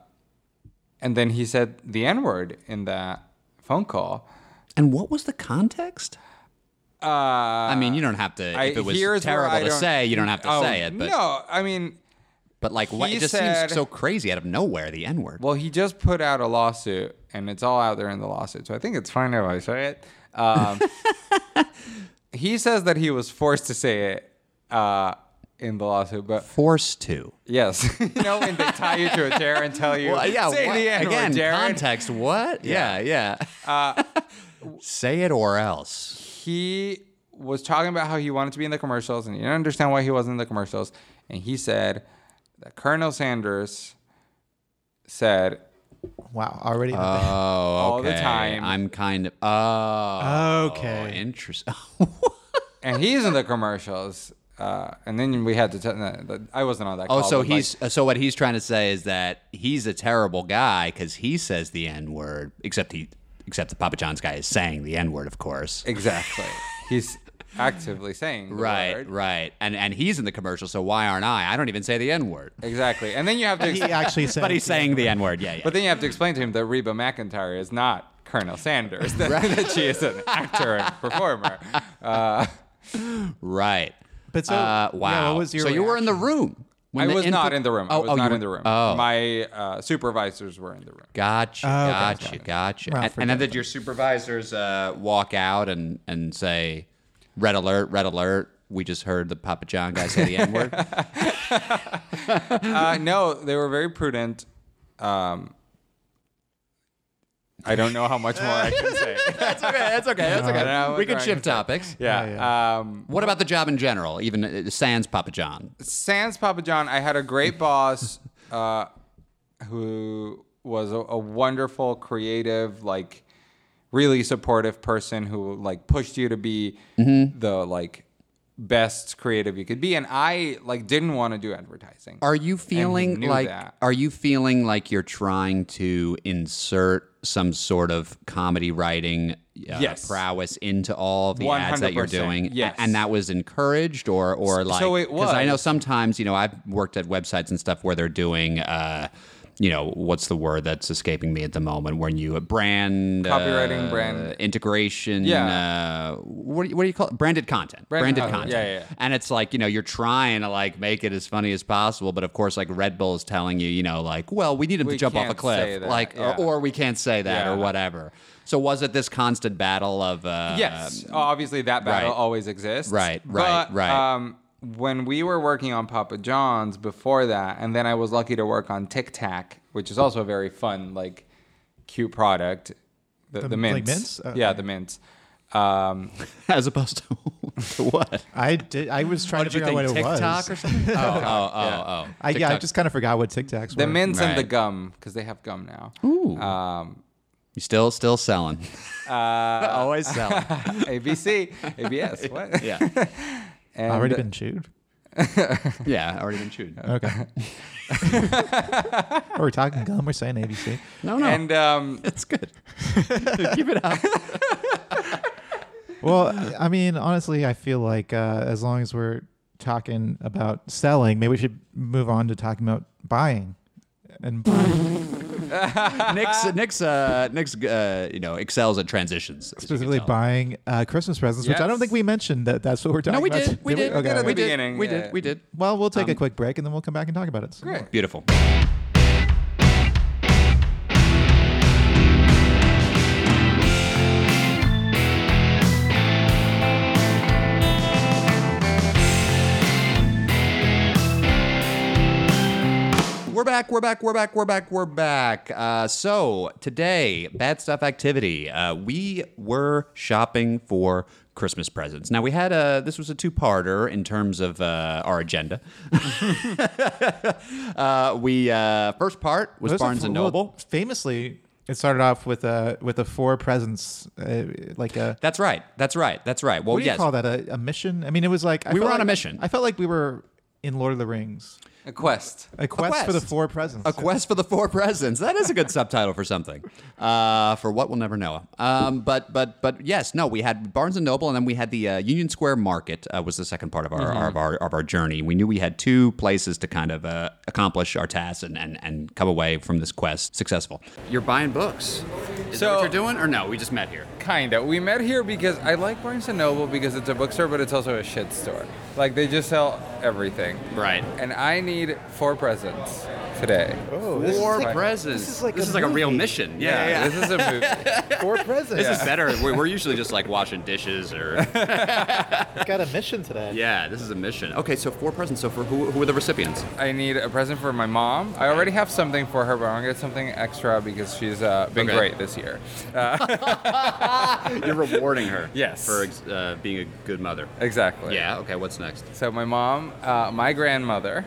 S3: and then he said the N word in that phone call.
S1: And what was the context?
S3: Uh,
S1: I mean, you don't have to.
S3: I-
S1: if it
S3: here's
S1: was
S3: where I
S1: terrible to
S3: don't-
S1: say, you don't have to
S3: oh,
S1: say it. But,
S3: no, I mean,
S1: but like, what,
S3: he
S1: it just
S3: said-
S1: seems so crazy out of nowhere. The N word.
S3: well, he just put out a lawsuit, and it's all out there in the lawsuit. So I think it's fine if I say it.
S1: [laughs]
S3: Um, he says that he was forced to say it uh, in the lawsuit, but
S1: forced to.
S3: yes, [laughs] you know when they tie you to a chair and tell you,
S1: Well, yeah.
S3: say
S1: what-
S3: the N
S1: again,
S3: word, Jared. Uh,
S1: context. What? Yeah, yeah. [laughs] say it or else.
S3: he was talking about how he wanted to be in the commercials and he didn't understand why he wasn't in the commercials. And he said that Colonel Sanders said,
S2: wow already
S1: Oh, all
S3: the time.
S1: I'm kind of. Oh,
S2: Okay.
S1: Interesting.
S3: and he's in the commercials. Uh, and then we had to tell, no, that- I wasn't on that call.
S1: Oh, so
S3: but, like,
S1: he's so what he's trying to say is that he's a terrible guy because he says the N word, except he, except the Papa John's guy is saying the N word, of course.
S3: exactly. He's actively saying, the
S1: Right,
S3: word.
S1: right, and and he's in the commercial, so why aren't I? I don't even say the N word,
S3: Exactly. And then you have to,
S2: he
S3: ex-
S2: actually said
S1: Oh, but he's saying the N word. Yeah, yeah.
S3: but then you have to explain to him that Reba McIntyre is not Colonel Sanders, [laughs] that, that she is an actor and performer. Uh,
S1: right.
S2: But so-
S1: uh,
S2: yeah,
S1: wow.
S2: what was your
S1: so you were in the room. when
S3: I
S1: the
S3: was
S1: info-
S3: not in the room. I
S1: Oh,
S3: was
S1: oh, you
S3: not
S1: were-
S3: in the room.
S1: Oh,
S3: My uh, supervisors were in the room.
S1: gotcha,
S2: okay,
S1: gotcha,
S2: got it.
S1: gotcha.
S2: Well,
S1: And, and then
S2: forget
S1: did your supervisors uh, walk out and and say, "Red alert, red alert"? We just heard the Papa John guy say the N word.
S3: Uh, no, they were very prudent. Um, I don't know how much more I can say.
S1: [laughs] That's okay. That's okay. That's okay.
S3: No,
S1: we can
S3: we're
S1: shift topics.
S3: Yeah.
S2: Yeah,
S3: Um,
S1: What about the job in general? Even uh, sans Papa John.
S3: Sans Papa John, I had a great boss uh, who was a, a wonderful, creative, like really supportive person who like pushed you to be the like best creative you could be. And I like didn't want to do advertising.
S1: Are you feeling
S3: knew
S1: like?
S3: that.
S1: Are you feeling like you're trying to insert some sort of comedy writing uh,
S3: Yes.
S1: prowess into all of the ads that you're
S3: 100%,
S1: doing? A-
S3: yes.
S1: and that was encouraged, or or like?
S3: so it
S1: Because I know
S3: was.
S1: sometimes you know I've worked at websites and stuff where they're doing. Uh, you know what's the word that's escaping me at the moment? When you a brand uh,
S3: Copywriting, brand-
S1: integration,
S3: Yeah.
S1: Uh, what, do you- what do you call it? Branded content,
S3: Branded
S1: branded,
S3: content.
S1: content.
S3: Yeah, yeah, yeah.
S1: And it's like, you know, you're trying to like make it as funny as possible, but of course, like Red Bull is telling you, you know, like, well, we need him
S3: We
S1: to jump off a
S3: can't say
S1: cliff,
S3: that,
S1: like,
S3: yeah.
S1: or, or we can't say that,
S3: Yeah.
S1: or whatever. So was it this constant battle of? Uh,
S3: Yes, obviously that battle
S1: right.
S3: always exists.
S1: Right, right,
S3: But,
S1: right.
S3: Um, when we were working on Papa John's before that, and then I was lucky to work on Tic Tac, which is also a very fun, like, cute product. The, the, mints.
S2: like mints? Oh,
S3: Yeah,
S2: okay.
S3: the mints. Um,
S1: as opposed to, [laughs] to what?
S2: i did i was trying to
S1: Did you
S2: figure out
S1: think
S2: what it was
S1: TikTok or
S3: [laughs]
S1: something? oh, oh, oh, oh.
S2: I, yeah, I
S1: TikTok.
S2: just kind of forgot what Tic Tacs were.
S3: the mints and the
S1: Right.
S3: gum, because they have gum now. [laughs]
S1: Ooh.
S3: Um,
S1: You still, still selling. [laughs]
S3: uh,
S1: Always
S3: [laughs]
S1: selling.
S3: ABC, ABS, what?
S1: Yeah,
S3: And,
S2: already been chewed.
S3: [laughs]
S1: yeah. Already been chewed.
S2: Okay. Or we're talking gum. We're saying ABC.
S1: No, no,
S3: And um,
S1: it's good. [laughs] Keep it up.
S2: Well, I I mean, honestly, I feel like uh, as long as we're talking about selling, maybe we should move on to talking about buying.
S3: [laughs]
S2: And
S1: Nick's Nick's uh, Nick's uh, you know excels at transitions. as you can
S2: specifically
S1: tell.
S2: buying uh, Christmas presents, which I don't
S3: Yes.
S2: think we mentioned that that's what we're talking
S1: No, we
S2: about.
S1: did. We did. Um,
S2: Okay.
S3: at the
S1: we
S3: beginning,
S1: Did. We
S3: yeah.
S1: did. We did.
S2: Well, we'll take a quick break and then we'll come back and talk about it. some
S3: great.
S2: more.
S1: Beautiful. We're back, we're back, we're back, we're back, we're back. Uh, so, today, Bad Stuff Activity, uh, we were shopping for Christmas presents. Now, we had a, this was a two parter in terms of uh, our agenda. Uh, we uh, first part was
S2: Those are
S1: Barnes
S2: f-
S1: and
S2: well,
S1: Noble.
S2: famously, it started off with a with a four presents, uh, like a.
S1: That's right. That's right. That's right. Well,
S2: What do you
S1: Oh, yes.
S2: call that? A, a mission? I mean, it was like I
S1: We were
S2: felt
S1: on a
S2: like-
S1: mission.
S2: I felt like we were in Lord of the Rings,
S3: a quest.
S2: a quest, for the
S1: quest.
S2: four presents.
S1: A quest for the four presents. That is a good subtitle for something. Uh, for what we'll never know. Um, but but but yes, no. We had Barnes and Noble, and then we had the uh, Union Square Market uh, was the second part of
S2: Mm-hmm.
S1: our, of our of our journey. We knew we had two places to kind of uh, accomplish our tasks and, and and come away from this quest successful. You're buying books. Is
S3: So-
S1: that what you're doing, or no? We just met here.
S3: Kinda. We met here because I like Barnes and Noble because it's a bookstore, but it's also a shit store. Like they just sell everything.
S1: Right.
S3: And I need four presents today.
S4: Oh, this
S1: four
S4: is like,
S1: presents.
S4: this is like a
S1: a, real
S4: movie.
S1: mission.
S3: This
S1: [laughs]
S3: is a movie.
S4: four presents.
S1: This is better.
S3: [laughs]
S1: We're, we're usually just like washing dishes or
S4: Got a mission today.
S1: [laughs] yeah. This is a mission. Okay, so four presents. So for who, who are the recipients?
S3: I need a present for my mom. I already have something for her, but I'm gonna get something extra because she's uh, been
S1: Okay.
S3: great this year.
S1: You're rewarding her.
S3: [laughs] Yes.
S1: For ex- uh, being a good mother.
S3: Exactly.
S1: Yeah. Okay. What's next?
S3: So my mom, uh, my grandmother.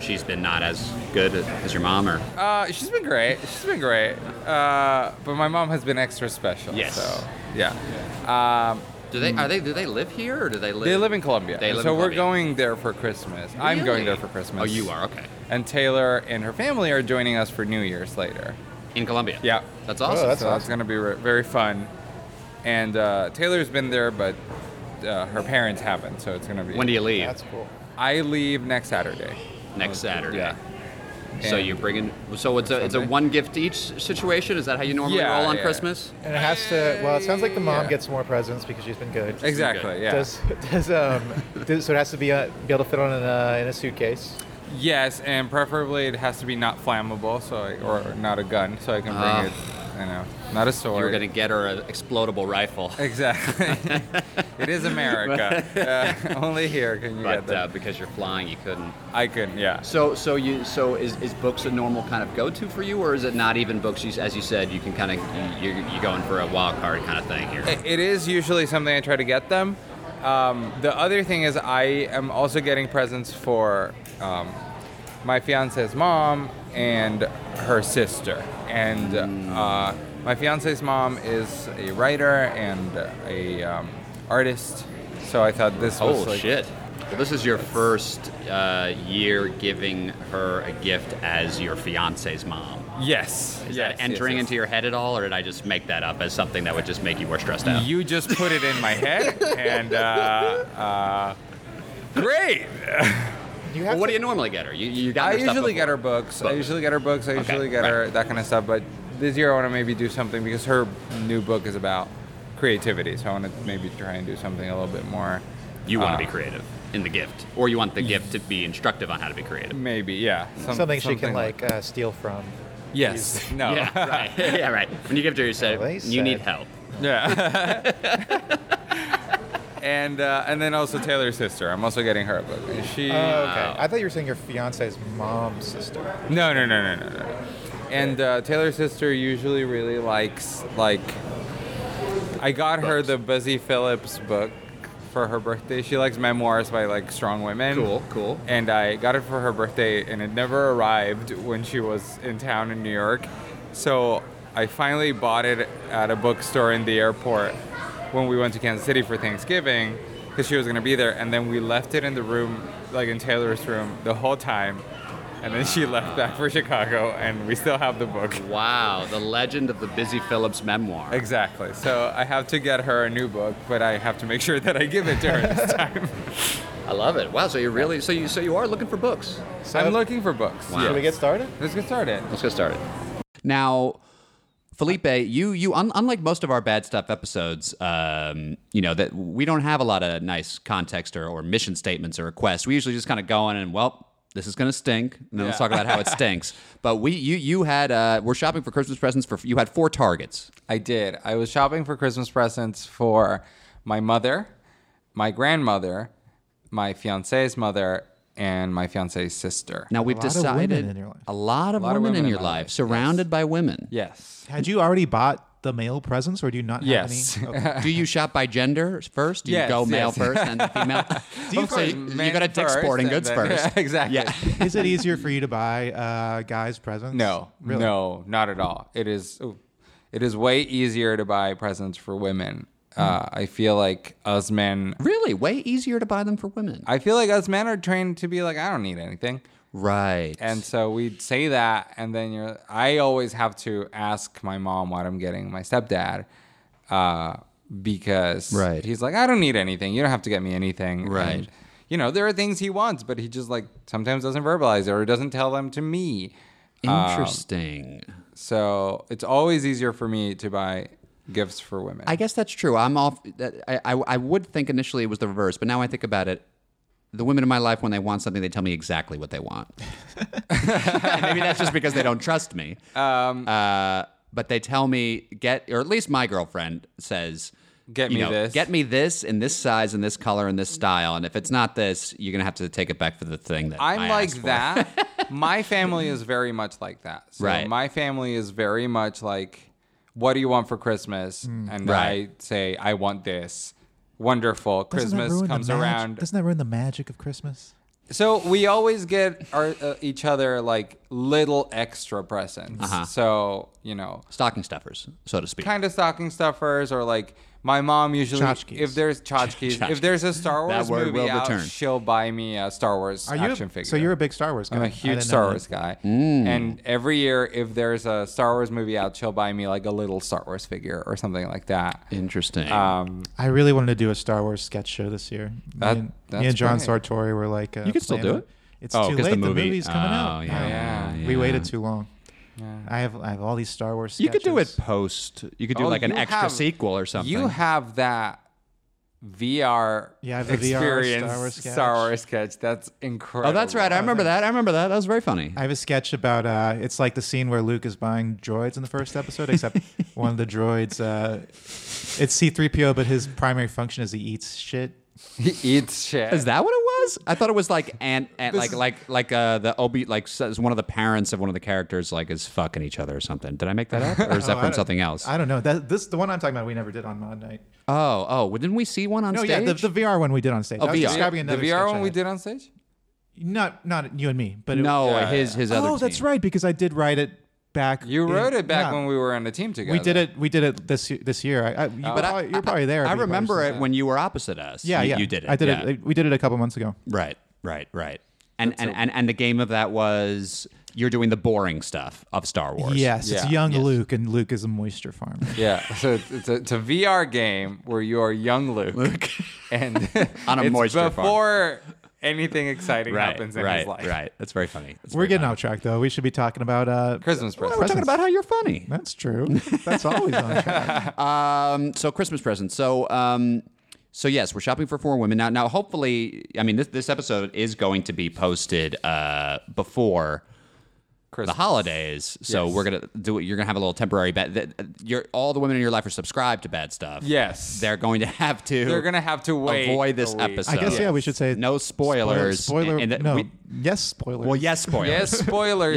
S1: She's been not as good as your mom, or
S3: Uh, she's been great. She's been great. Uh, but my mom has been extra special.
S1: Yes.
S3: So yeah. Um,
S1: do they? Are they? Do they live here, or do they live?
S3: They live in Colombia.
S1: They live
S3: so
S1: in
S3: we're
S1: Colombia.
S3: going there for Christmas. I'm
S1: Really?
S3: going there for Christmas.
S1: Oh, you are. Okay.
S3: And Taylor and her family are joining us for New Year's later.
S1: In Colombia.
S3: Yeah.
S1: That's awesome.
S4: Oh, that's
S3: so that's going to be re- very fun. And uh, Taylor's been there, but uh, her parents haven't, so it's going to be.
S1: when do you leave?
S4: That's cool.
S3: I leave next Saturday.
S1: Next Saturday.
S3: Yeah.
S1: So
S3: And-
S1: you're bringing. So it's a it's a
S3: Sunday.
S1: one gift each situation. Is that how you normally
S3: Yeah,
S1: roll on
S3: yeah.
S1: Christmas?
S4: And it has to. Well, it sounds like the mom
S3: Yeah.
S4: gets more presents because she's been good.
S3: Exactly. Yeah.
S4: Does does um [laughs] does, so it has to be uh, be able to fit on in a in a suitcase.
S3: Yes, and preferably it has to be not flammable, so I, or not a gun, so I can bring
S1: Ah.
S3: it. You know, not a sword.
S1: You were gonna get her an explodable rifle.
S3: Exactly. [laughs] it
S1: [laughs]
S3: is America. Uh, [laughs] only here can you get
S1: But
S3: that.
S1: uh, because you're flying, you couldn't.
S3: I couldn't. Yeah.
S1: So, so you, so is, is books a normal kind of go-to for you, or is it not even books? You, as you said, you can kind of you, you're going for a wild card kind of thing here.
S3: It is usually something I try to get them. Um, the other thing is I am also getting presents for um, my fiance's mom and her sister. And uh, my fiance's mom is a writer and a um, artist, so I thought this
S1: Oh
S3: was like
S1: shit! Well, this is your first uh, year giving her a gift as your fiance's mom.
S3: yes,
S1: Is
S3: yes,
S1: that entering
S3: yes, yes.
S1: into your head at all, or did I just make that up as something that would just make you more stressed out?
S3: You just put it in my head, and uh, uh, great.
S4: You have
S1: well, what do
S4: to,
S1: you normally get her? You, you got
S3: I
S1: her stuff
S3: usually get her
S1: before.
S3: books. I
S1: Books.
S3: usually get her books. I usually get her
S1: right.
S3: that kind of stuff. But this year I want to maybe do something because her new book is about creativity. So I want to maybe try and do something a little bit more.
S1: You want
S3: uh,
S1: to be creative in the gift, or you want the gift to be instructive on how to be creative.
S3: Maybe, yeah. Some-
S4: something, she can like uh, steal from.
S3: Yes. No. [laughs]
S1: Yeah, right. [laughs] yeah, right. When you give it to her, you say,
S4: Well, they
S1: you need
S4: said-
S1: help.
S3: Yeah. [laughs] and uh, and then also Taylor's sister. I'm also getting her a book. And she.
S4: Oh, okay. I thought you were saying your fiance's mom's sister.
S3: No, no, no, no, no, no. And uh, Taylor's sister usually really likes like. I got her the Busy Phillips book for her birthday. She likes memoirs by like strong women.
S1: Cool, cool.
S3: And I got it for her birthday, and it never arrived when she was in town in New York. So I finally bought it at a bookstore in the airport when we went to Kansas City for Thanksgiving because she was gonna be there. And then we left it in the room, like in Taylor's room, the whole time and then she [laughs] left back for Chicago, and we still have the book.
S1: Wow, the legend of the Busy Phillips memoir.
S3: Exactly. So I have to get her a new book, but I have to make sure that I give it to her
S1: [laughs]
S3: this time.
S1: I love it. Wow, so you're really so you so you are looking for books.
S4: So
S3: I'm looking for books.
S1: Wow.
S4: Should we get started?
S3: Let's get started.
S1: Let's get started. Now, Felipe, you you un- unlike most of our bad stuff episodes, um, you know that we don't have a lot of nice context or, or mission statements or requests. We usually just kind of go in and well. This is gonna stink, and then let's
S3: Yeah.
S1: talk about how it
S3: [laughs]
S1: stinks. But we, you, you had uh, we're shopping for Christmas presents for you had four targets.
S3: I did. I was shopping for Christmas presents for my mother, my grandmother, my fiance's mother, and my fiance's sister.
S1: Now we've
S2: lot of women
S1: decided
S2: in your life.
S1: a lot of
S3: lot of
S1: women in
S3: women
S1: your
S3: in my
S1: life,
S3: life,
S1: surrounded by women.
S3: Yes.
S2: Had you already bought the male presents, or do you not have
S3: Yes.
S2: any?
S3: [laughs]
S2: Okay.
S1: Do you shop by gender first? Do you
S3: Yes,
S1: go male
S3: yes.
S1: first and
S3: [laughs]
S1: female? Oh, [laughs]
S2: Do you
S1: so
S2: find-
S1: you,
S3: men
S1: you got a dick
S3: first
S1: sporting
S3: and
S1: goods
S3: then-
S1: first.
S3: Yeah, [laughs] exactly.
S1: Yeah.
S2: Is it easier for you to buy uh, guys' presents?
S3: No, no, not at all. It is, ooh, it is way easier to buy presents for women.
S1: Hmm.
S3: Uh, I feel like us men.
S1: Really, way easier to buy them for women.
S3: I feel like us men are trained to be like, I don't need anything,
S1: right.
S3: and so we say that, and then you're. I always have to ask my mom what I'm getting my stepdad, uh, because
S1: Right.
S3: he's like, I don't need anything. You don't have to get me anything.
S1: Right.
S3: And, you know, there are things he wants, but he just like sometimes doesn't verbalize it or doesn't tell them to me. um,
S1: Interesting.
S3: So it's always easier for me to buy gifts for women.
S1: I guess that's true. I'm off. that- I, I I would think initially it was the reverse, but now I think about it. The women in my life, when they want something, they tell me exactly what they
S3: [laughs]
S1: want. Maybe that's just because they don't trust me.
S3: um,
S1: Uh, but they tell me get, or at least my girlfriend says,
S3: Get
S1: you
S3: me
S1: know,
S3: this.
S1: get me this in this size and this color and this style. And if it's not this, you're gonna have to take it back for the thing that
S3: I'm
S1: I
S3: like
S1: asked for. [laughs]
S3: that. my family is very much like that. So
S1: Right.
S3: My family is very much like, what do you want for Christmas? And
S1: Mm. Right.
S3: I say, I want this. Wonderful.
S2: Doesn't that
S3: Christmas
S2: ruin the
S3: comes
S2: mag-
S3: around.
S2: Doesn't that ruin the magic of Christmas?
S3: So we always get our, uh, each other like little extra presents.
S1: Uh-huh.
S3: So, you know,
S1: Stocking stuffers, so to speak.
S3: kind of stocking stuffers or like my mom usually
S2: Tchotchkes.
S3: if there's tchotchkes,
S1: [laughs] Tchotchkes.
S3: if there's a Star
S1: That
S3: Wars
S1: word
S3: movie
S1: will
S3: out,
S1: return.
S3: she'll buy me a Star Wars
S2: Are you?
S3: action figure.
S2: So you're a big Star Wars guy.
S3: I'm
S2: I
S3: a
S2: didn't know
S3: huge Star
S2: that.
S3: Wars guy, and every year if there's a Star Wars movie out, she'll buy me like a little Star Wars figure or something like that.
S1: Interesting.
S3: Um,
S2: I really wanted to do a Star Wars sketch show this year.
S3: That-
S2: me, and, me
S3: that's
S2: and John
S3: great.
S2: Sartori were like, uh,
S1: You can still
S2: planning
S1: do
S2: it.
S1: it.
S2: It's
S1: Oh,
S2: too
S1: 'cause
S2: late.
S1: the
S2: The,
S1: movie-
S2: movie's coming
S1: oh,
S2: out.
S1: yeah,
S3: yeah.
S2: We waited
S1: yeah.
S2: too long. I have I have all these Star Wars.
S1: you could do it
S2: sketches.
S1: post. You could do
S3: oh,
S1: like an
S3: you
S1: extra
S3: have-
S1: sequel or something.
S3: You have that VR
S2: Yeah, I have the VR
S3: experience
S2: Star Wars sketch.
S3: Star Wars sketch. That's incredible.
S1: Oh, that's right. I remember that. I remember that. That was very funny.
S2: I have a sketch about uh, it's like the scene where Luke is buying droids in the first episode,
S1: [laughs]
S2: except one of the droids, uh, it's C3PO, but his primary function is he eats shit.
S3: He eats shit.
S1: Is that what it was? I thought it was like and and like like like uh the Obi like says one of the parents of one of the characters like is fucking each other or something. Did I make that
S2: [laughs]
S1: up or is that
S2: Oh, I
S1: from
S2: don't-
S1: something else?
S2: I don't know. That this the one I'm talking about. We never did on Mod Night.
S1: oh oh, well, didn't we see one on
S2: No,
S1: stage?
S2: yeah, the, the VR one we did on stage.
S1: Oh,
S2: I was
S1: VR.
S2: describing
S3: the
S2: another
S3: VR
S2: sketch
S3: one
S2: I
S3: we
S2: had.
S3: did on stage?
S2: Not not you and me, but it,
S1: no,
S3: Yeah,
S1: his his other.
S2: Oh, that's
S1: team.
S2: right, because I did write it back.
S3: You
S2: in-
S3: wrote it back
S2: yeah.
S3: when we were on the team together.
S2: we did it. We did it this this year. I, I, you
S1: But
S2: probably,
S1: Oh. I,
S2: you're probably there.
S1: I
S2: if you
S1: remember
S2: watched
S1: it when you were opposite us.
S2: this. Yeah,
S1: you,
S2: yeah.
S1: You did it.
S2: I did
S1: yeah.
S2: it. We did it a couple months ago.
S1: Right, right, right. And and, and and the game of that was you're doing the boring stuff of Star Wars.
S2: Yes,
S3: Yeah.
S2: it's young Luke, and Luke is a moisture farmer.
S3: Yeah, [laughs] so it's, it's, a, it's a VR game where you are young Luke, [laughs] and
S1: [laughs] On a
S3: it's
S1: moisture farm.
S3: before anything exciting
S1: right,
S3: happens in
S1: right,
S3: his life.
S1: right. That's very funny. That's
S2: [laughs] We're
S1: very
S2: getting
S1: funny.
S2: off track though. We should be talking about uh
S3: Christmas
S1: We're
S3: present.
S1: talking about how you're funny.
S2: That's
S1: [laughs]
S2: true. That's always on track.
S1: Um, so Christmas presents. So um, so yes, we're shopping for four women now. Now hopefully, I mean this this episode is going to be posted uh, before the
S3: Christmas.
S1: holidays. So
S3: Yes.
S1: we're gonna do it. You're gonna have a little temporary bad. That, you're all the women in your life are subscribed to bad stuff.
S3: Yes.
S1: they're going to have to.
S3: They're gonna have to wait
S1: Avoid this
S3: a week.
S1: episode.
S2: I guess yeah, we should say
S1: no spoilers.
S2: Spoiler.
S1: and- and
S2: no.
S1: we-
S2: yes, spoilers.
S1: well, yes, spoilers.
S3: Yes, spoilers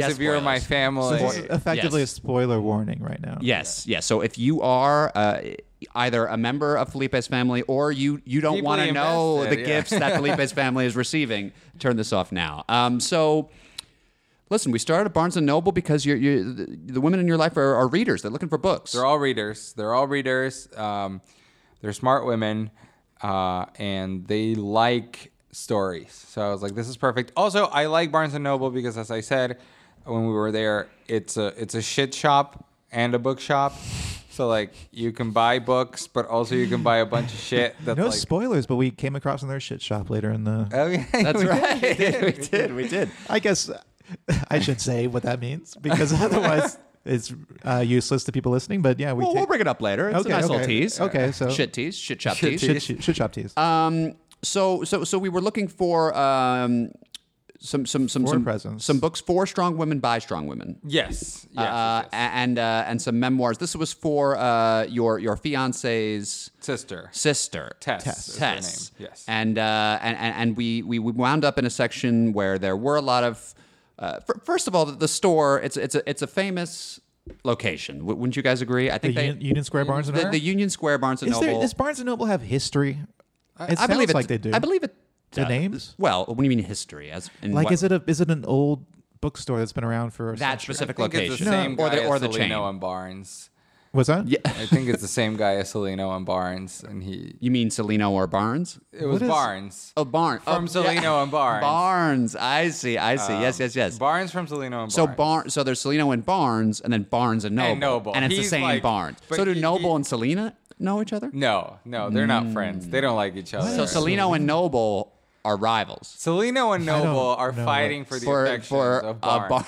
S1: [laughs] Yes,
S3: if you're my
S1: spoilers.
S3: family.
S2: This is [laughs] effectively
S1: Yes.
S2: a spoiler warning right now.
S1: Yes, yes. So if you are uh, either a member of Felipe's family or you you don't
S3: Deeply
S1: want to know the
S3: invested, yeah.
S1: gifts that Felipe's family is receiving, turn this off now. Um, so. Listen, we started at Barnes and Noble because you're, you're, the the women in your life are, are readers. They're looking for books.
S3: They're all readers. They're all readers. Um, they're smart women, uh, and they like stories. So I was like, this is perfect. Also, I like Barnes and Noble because, as I said when we were there, it's a it's a shit shop and a bookshop. So like, you can buy books, but also you can buy a bunch
S2: [laughs]
S3: of shit. That's
S2: No
S3: like,
S2: spoilers, but we came across in their shit shop later in the.
S3: Oh yeah,
S1: [laughs] That's
S3: we did.
S1: right. We did. we did. We did.
S2: I guess I should say what that means
S1: [laughs]
S2: because otherwise it's uh, useless to people listening. But yeah, we
S1: Well, we'll
S2: take-
S1: bring it up later. It's
S2: Okay,
S1: a nice little
S2: okay.
S1: tease.
S2: Okay, so-
S1: shit tease, shit shop
S3: Shit
S1: tease.
S3: tease.
S2: shit, shit, shit shop teas.
S1: Um, so so so we were looking for um, some some some
S2: For
S1: some,
S2: presents.
S1: some books for strong women by strong women.
S3: Yes. Yes.
S1: uh,
S3: yes, yes.
S1: a- and uh, and some memoirs. This was for uh, your your fiance's
S3: Sister.
S1: sister,
S3: Tess is her
S1: Tess.
S3: name, yes.
S1: And uh, and and, and we, we we wound up in a section where there were a lot of. Uh, fir- first of all, the, the store it's it's a it's a famous location. W- wouldn't you guys agree? I
S2: The
S1: think they.
S2: Union, Union Square Barnes and
S1: the,
S2: Noble.
S1: the Union Square Barnes and
S2: is
S1: Noble.
S2: there, does Barnes and Noble have history? It
S1: I believe
S2: sounds
S1: it,
S2: like they do.
S1: I believe it.
S2: The
S1: does.
S2: names?
S1: Well, what do you mean history? As in
S2: Like,
S1: what-
S2: is it a is it an old bookstore that's been around for a
S1: that
S2: century?
S1: specific
S3: I think
S1: location?
S3: it's the same
S1: or
S3: guy
S1: the or
S3: as
S1: the chain?
S3: Celino and Barnes.
S2: What's that?
S1: Yeah. [laughs]
S3: I think it's the same guy as Celino and Barnes, and he
S1: You mean Celino or Barnes?
S3: it was
S2: What is-
S3: Barnes.
S1: Oh, Barnes
S3: From
S1: oh, yeah.
S3: Celino and Barnes. Um,
S1: Barnes, I see, I see. yes, yes, yes.
S3: Barnes from Celino and
S1: so
S3: Barnes.
S1: Barnes, so there's Celino and Barnes, and then Barnes and Noble,
S3: And Noble.
S1: and it's the
S3: He's
S1: same
S3: like-
S1: Barnes.
S3: but
S1: So do
S3: he-
S1: Noble
S3: he-
S1: and Celina know each other?
S3: No, no, they're not friends. They don't like each other.
S1: So Celino and Noble are rivals
S3: Celino and
S2: don't
S3: Noble are
S2: know
S3: fighting
S2: what-
S3: for the
S1: for
S3: affections
S1: for
S3: of
S1: uh,
S3: Barnes.
S1: Barnes.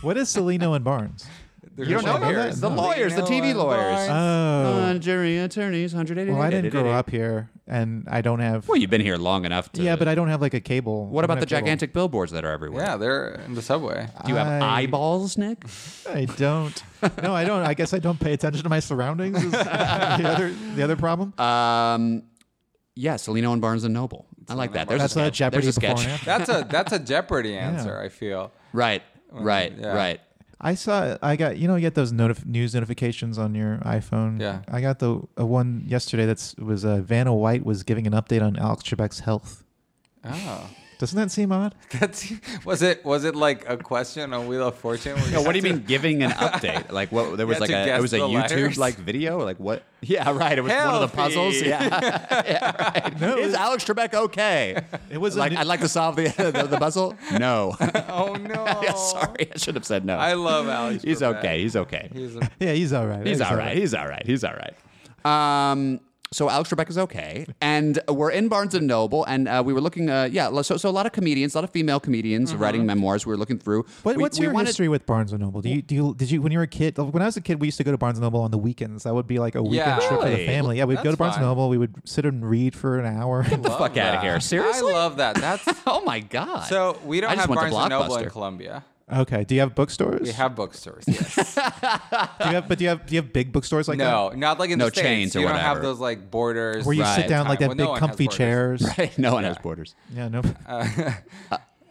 S2: What is Celino and
S1: [laughs]
S2: Barnes?
S3: They're
S1: You don't know
S2: that?
S3: lawyers.
S1: The
S2: No.
S1: lawyers, the
S3: Celino
S1: TV
S3: and
S1: lawyers,
S3: Barnes.
S2: Oh,
S1: Uh, jury attorneys, hundred eighty.
S2: well, I didn't grow up here, and I don't have.
S1: Well, you've been here long enough. To,
S2: Yeah, but I don't have like a cable.
S1: What
S2: I
S1: about
S2: don't
S1: the
S2: have cable.
S1: gigantic billboards that are everywhere?
S3: yeah, they're in the subway.
S1: Do you have
S2: I-
S1: eyeballs, Nick?
S2: I don't. No, I don't. I guess I don't pay attention to my surroundings.
S1: [laughs]
S2: Is the other the other problem.
S1: Um, yeah, Celino and Barnes and Noble. I like that. There's
S2: That's
S1: a
S2: a
S1: sketch.
S2: Jeopardy
S1: There's a
S2: before
S1: sketch.
S2: and after.
S3: That's a that's a
S1: [laughs]
S3: Jeopardy answer. I feel. [laughs]
S1: Right, right,
S3: yeah.
S1: right.
S2: I saw. I got. You know, you get those notif- news notifications on your iPhone.
S3: Yeah.
S2: I got the uh, one yesterday. That's was uh, Vanna White was giving an update on Alex Trebek's health.
S3: Oh,
S2: Doesn't that seem
S3: [laughs]
S2: odd?
S3: that's was it. Was it like a question on Wheel of Fortune? where
S1: [laughs]
S3: you
S1: No, what do you
S3: had to-
S1: mean
S3: [laughs]
S1: giving an update? Like what? There was
S3: had
S1: like
S3: to
S1: a
S3: guess
S1: it was a
S3: the
S1: YouTube
S3: letters.
S1: like video. Like what? [laughs] Yeah, right. It was one of the
S3: Healthy.
S1: puzzles. [laughs] Yeah,
S3: [laughs]
S1: yeah right. Is Alex Trebek okay?
S2: It was a
S1: like
S2: new-
S1: I'd like to solve the [laughs] the, the puzzle. No. [laughs]
S3: Oh no.
S1: yeah, sorry, I should have said no.
S3: I love Alex.
S1: He's
S3: Trebek.
S1: okay. He's okay.
S3: He's a,
S2: Yeah, he's all right.
S1: He's all right. He's all right. He's all right. Um, so Alex Trebek is okay, and we're in Barnes and Noble, and uh, we were looking. Uh, yeah, so, so a lot of comedians, a lot of female comedians writing memoirs. We were looking through.
S2: What,
S1: We-
S2: what's
S1: we
S2: your
S1: wanted-
S2: history with Barnes and Noble? Do you do you did you when you were a kid? uh, When I was a kid, we used to go to Barnes and Noble on the weekends. That would be like a weekend
S3: Yeah.
S2: trip for
S1: Really?
S2: the family. Yeah, we'd go
S3: That's
S2: to Barnes and
S3: fine.
S2: Noble. We would sit and read for an hour.
S1: the fuck
S3: love
S1: outta
S3: that.
S1: here. Seriously?
S3: I love that. That's
S1: Oh my god! [laughs]
S3: so we don't
S1: I just
S3: have
S1: went to
S3: Barnes and Noble in
S1: Blockbuster.
S3: Colombia.
S2: [laughs] okay. Do you have bookstores?
S3: We have bookstores. Yes.
S2: Do you have? But do you have? Do you have big bookstores like
S3: no, not like in
S1: No
S3: the States.
S1: chains or
S3: you don't
S1: whatever.
S3: have those like borders
S2: that? Where you
S1: Right.
S2: sit down like
S3: Time.
S2: that
S3: Well,
S2: big
S3: no one has
S2: comfy
S3: borders. [laughs]
S2: chairs.
S1: no one has borders.
S2: Yeah. No.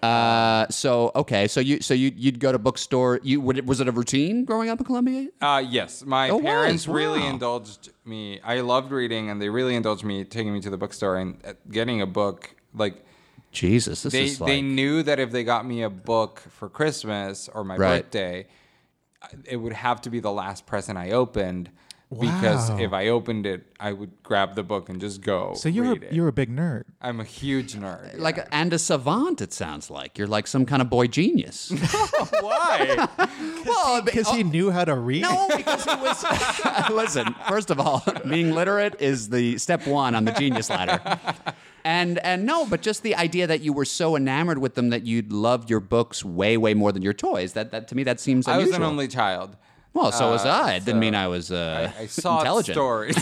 S1: Uh, so okay, so you so you you'd go to bookstore. You would it, was it a routine growing up in Colombia?
S3: Uh, yes, my
S1: Oh, wow.
S3: parents really
S1: Wow.
S3: indulged me. I loved reading, and they really indulged me taking me to the bookstore and uh, getting a book. Like
S1: Jesus, this
S3: they
S1: is like
S3: they knew that if they got me a book for Christmas or my
S1: Right.
S3: birthday, I- it would have to be the last present I opened. Because
S2: Wow.
S3: if I opened it, I would grab the book and just go.
S2: So you're
S3: read
S2: a,
S3: it.
S2: you're a big nerd.
S3: I'm a huge nerd.
S1: like a, and a savant. It sounds like you're like some kind of boy genius.
S3: why?
S1: [laughs] well,
S2: Because he knew how to read.
S1: No, because it was. [laughs] Listen, first of all, being literate is the step one on the genius ladder. And and no, but just the idea that you were so enamored with them that you loved your books way way more than your toys. That that to me that seems
S3: I
S1: unusual.
S3: was an only child.
S1: well, so was
S3: uh,
S1: I. It didn't
S3: so
S1: mean I was uh,
S3: I saw
S1: intelligent.
S3: stories.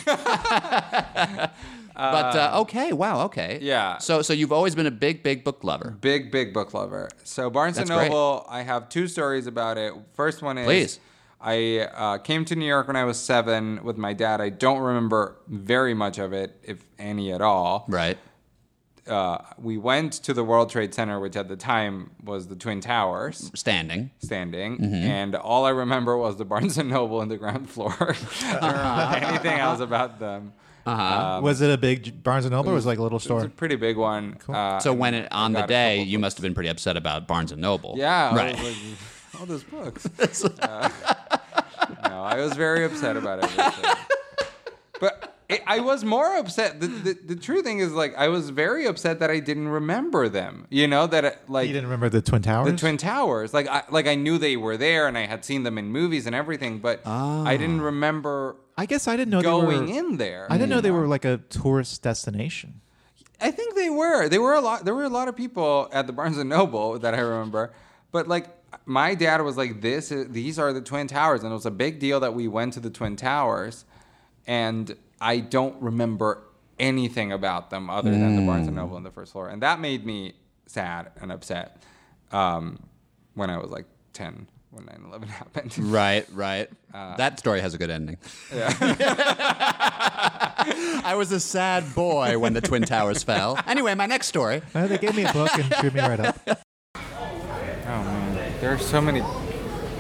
S1: But uh, okay, wow, okay,
S3: um, yeah.
S1: So so you've always been a big big book lover.
S3: Big, big book lover. So Barnes and
S1: That's great.
S3: Noble, I have two stories about it. First one is
S1: Please.
S3: I uh, came to New York when I was seven with my dad. I don't remember very much of it, if any at all.
S1: Right.
S3: Uh, we went to the World Trade Center, which at the time was the Twin Towers
S1: Standing.
S3: standing,
S1: Mm-hmm.
S3: and all I remember was the Barnes and Noble on the ground floor. [laughs] I don't remember anything else about them.
S2: was it a big Barnes and Noble? or Was it like a little
S3: It's a
S2: store?
S3: pretty big one. Uh,
S1: So when it, on the
S3: I got a
S1: day,
S3: couple
S1: you must have been pretty upset about Barnes and Noble.
S3: Yeah. I
S1: Right.
S3: was like, all those
S2: [laughs]
S3: books. Uh, no, I was very upset about everything. But I- I was more upset. The, the, the true thing is, like, I was very upset that I didn't remember them. You know that, uh, like,
S2: You didn't remember the Twin Towers?
S3: the Twin Towers. Like, I like I knew they were there and I had seen them in movies and everything, but I didn't remember
S2: I guess I didn't know
S3: going
S2: Oh, they were,
S3: in there.
S2: Ah. I didn't know they were like a tourist destination.
S3: I think they were. They were a lot. There were a lot of people at the Barnes and Noble that I remember. But like, my dad was like, "This, is, these are the Twin Towers," and it was a big deal that we went to the Twin Towers. And I don't remember anything about them other than the Barnes and Noble on the first floor, and that made me sad and upset um, when I was like ten when 9-11 [laughs] happened.
S1: Right, right. that story has a good ending. [laughs] I was a sad boy when the Twin Towers fell. Anyway, my next story.
S2: Uh, they gave me a book and threw me right up.
S4: [laughs]
S3: Oh man, there are so many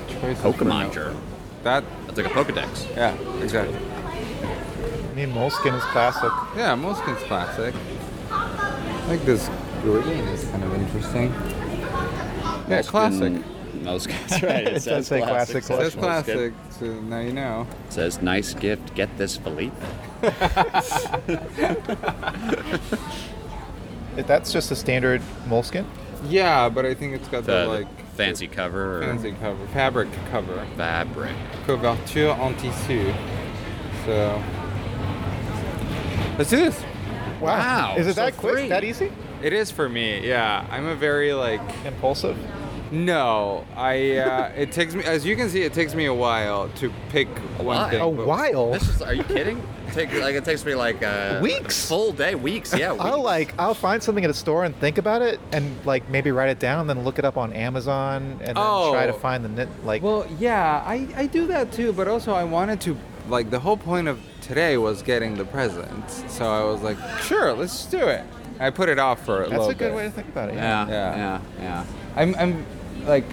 S3: choices. for no- That
S1: That's like a Pokedex.
S3: yeah, exactly.
S4: I mean, Moleskin is classic.
S3: Yeah, Moleskin's classic. Like this Gordian is kind of interesting. Yeah, classic.
S1: [laughs]
S3: It
S1: That's right. It,
S4: says say classic classic, so
S3: says classic, so now you know.
S1: says nice gift. Get this, Philippe.
S4: That's just a standard Moleskin.
S3: Yeah, but I think it's got the, like
S1: fancy cover.
S3: fancy cover, fabric cover,
S1: fabric.
S3: couverture en tissu. So let's do this.
S1: Wow,
S4: Is it
S1: so
S4: that quick?
S1: free.
S4: That easy?
S3: It is for me. Yeah, I'm a very like
S4: Impulsive?
S3: no. I uh, it takes me as you can see it takes me a while to pick one
S1: while?
S3: thing.
S1: A
S4: A
S3: but-
S4: while?
S1: This is. Are you kidding? Take like it takes me like uh,
S4: Weeks?
S1: a full day, weeks. [laughs] Yeah, weeks.
S4: I'll like I'll find something at a store and think about it and like maybe write it down and then look it up on Amazon and then try to
S3: Oh.
S4: find the knit like
S3: Well, yeah, I, I do that too, but also I wanted to like the whole point of today was getting the presents. So I was like, sure, let's do it. I put it off for a
S4: that's
S3: little
S4: a good
S3: bit.
S4: way to think about it.
S1: Yeah,
S3: Yeah.
S1: yeah, yeah.
S3: I'm I'm like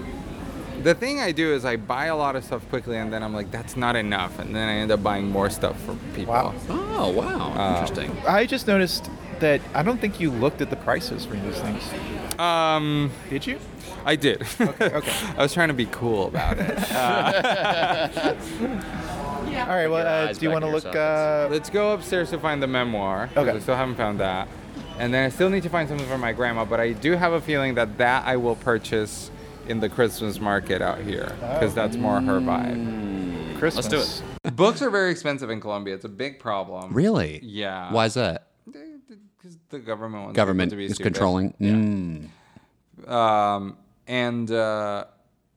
S3: the thing I do is I buy a lot of stuff quickly and then I'm like that's not enough and then I end up buying more stuff for people.
S4: Wow.
S1: Oh wow, interesting.
S4: I just noticed that I don't think you looked at the prices for these things.
S3: Um
S4: Did you?
S3: I did. Okay.
S4: okay.
S3: [laughs] I was trying to be cool about it.
S4: All right. Well,
S1: your
S4: uh,
S1: eyes
S4: do you
S1: back
S4: want to
S1: in
S4: look?
S1: your sockets.
S4: Uh,
S3: Let's go upstairs to find the memoir. 'cause
S4: Okay.
S3: I still haven't found that. And then I still need to find something for my grandma, but I do have a feeling that that I will purchase in the Christmas market out here because that's more her vibe.
S4: Christmas.
S1: do it.
S3: Mm. Books are very expensive in Colombia. It's a big problem.
S1: Really?
S3: Yeah.
S1: Why is that?
S3: Because the government wants people
S1: Government
S3: to be
S1: is
S3: stupid.
S1: controlling. Mm.
S3: Um, and uh,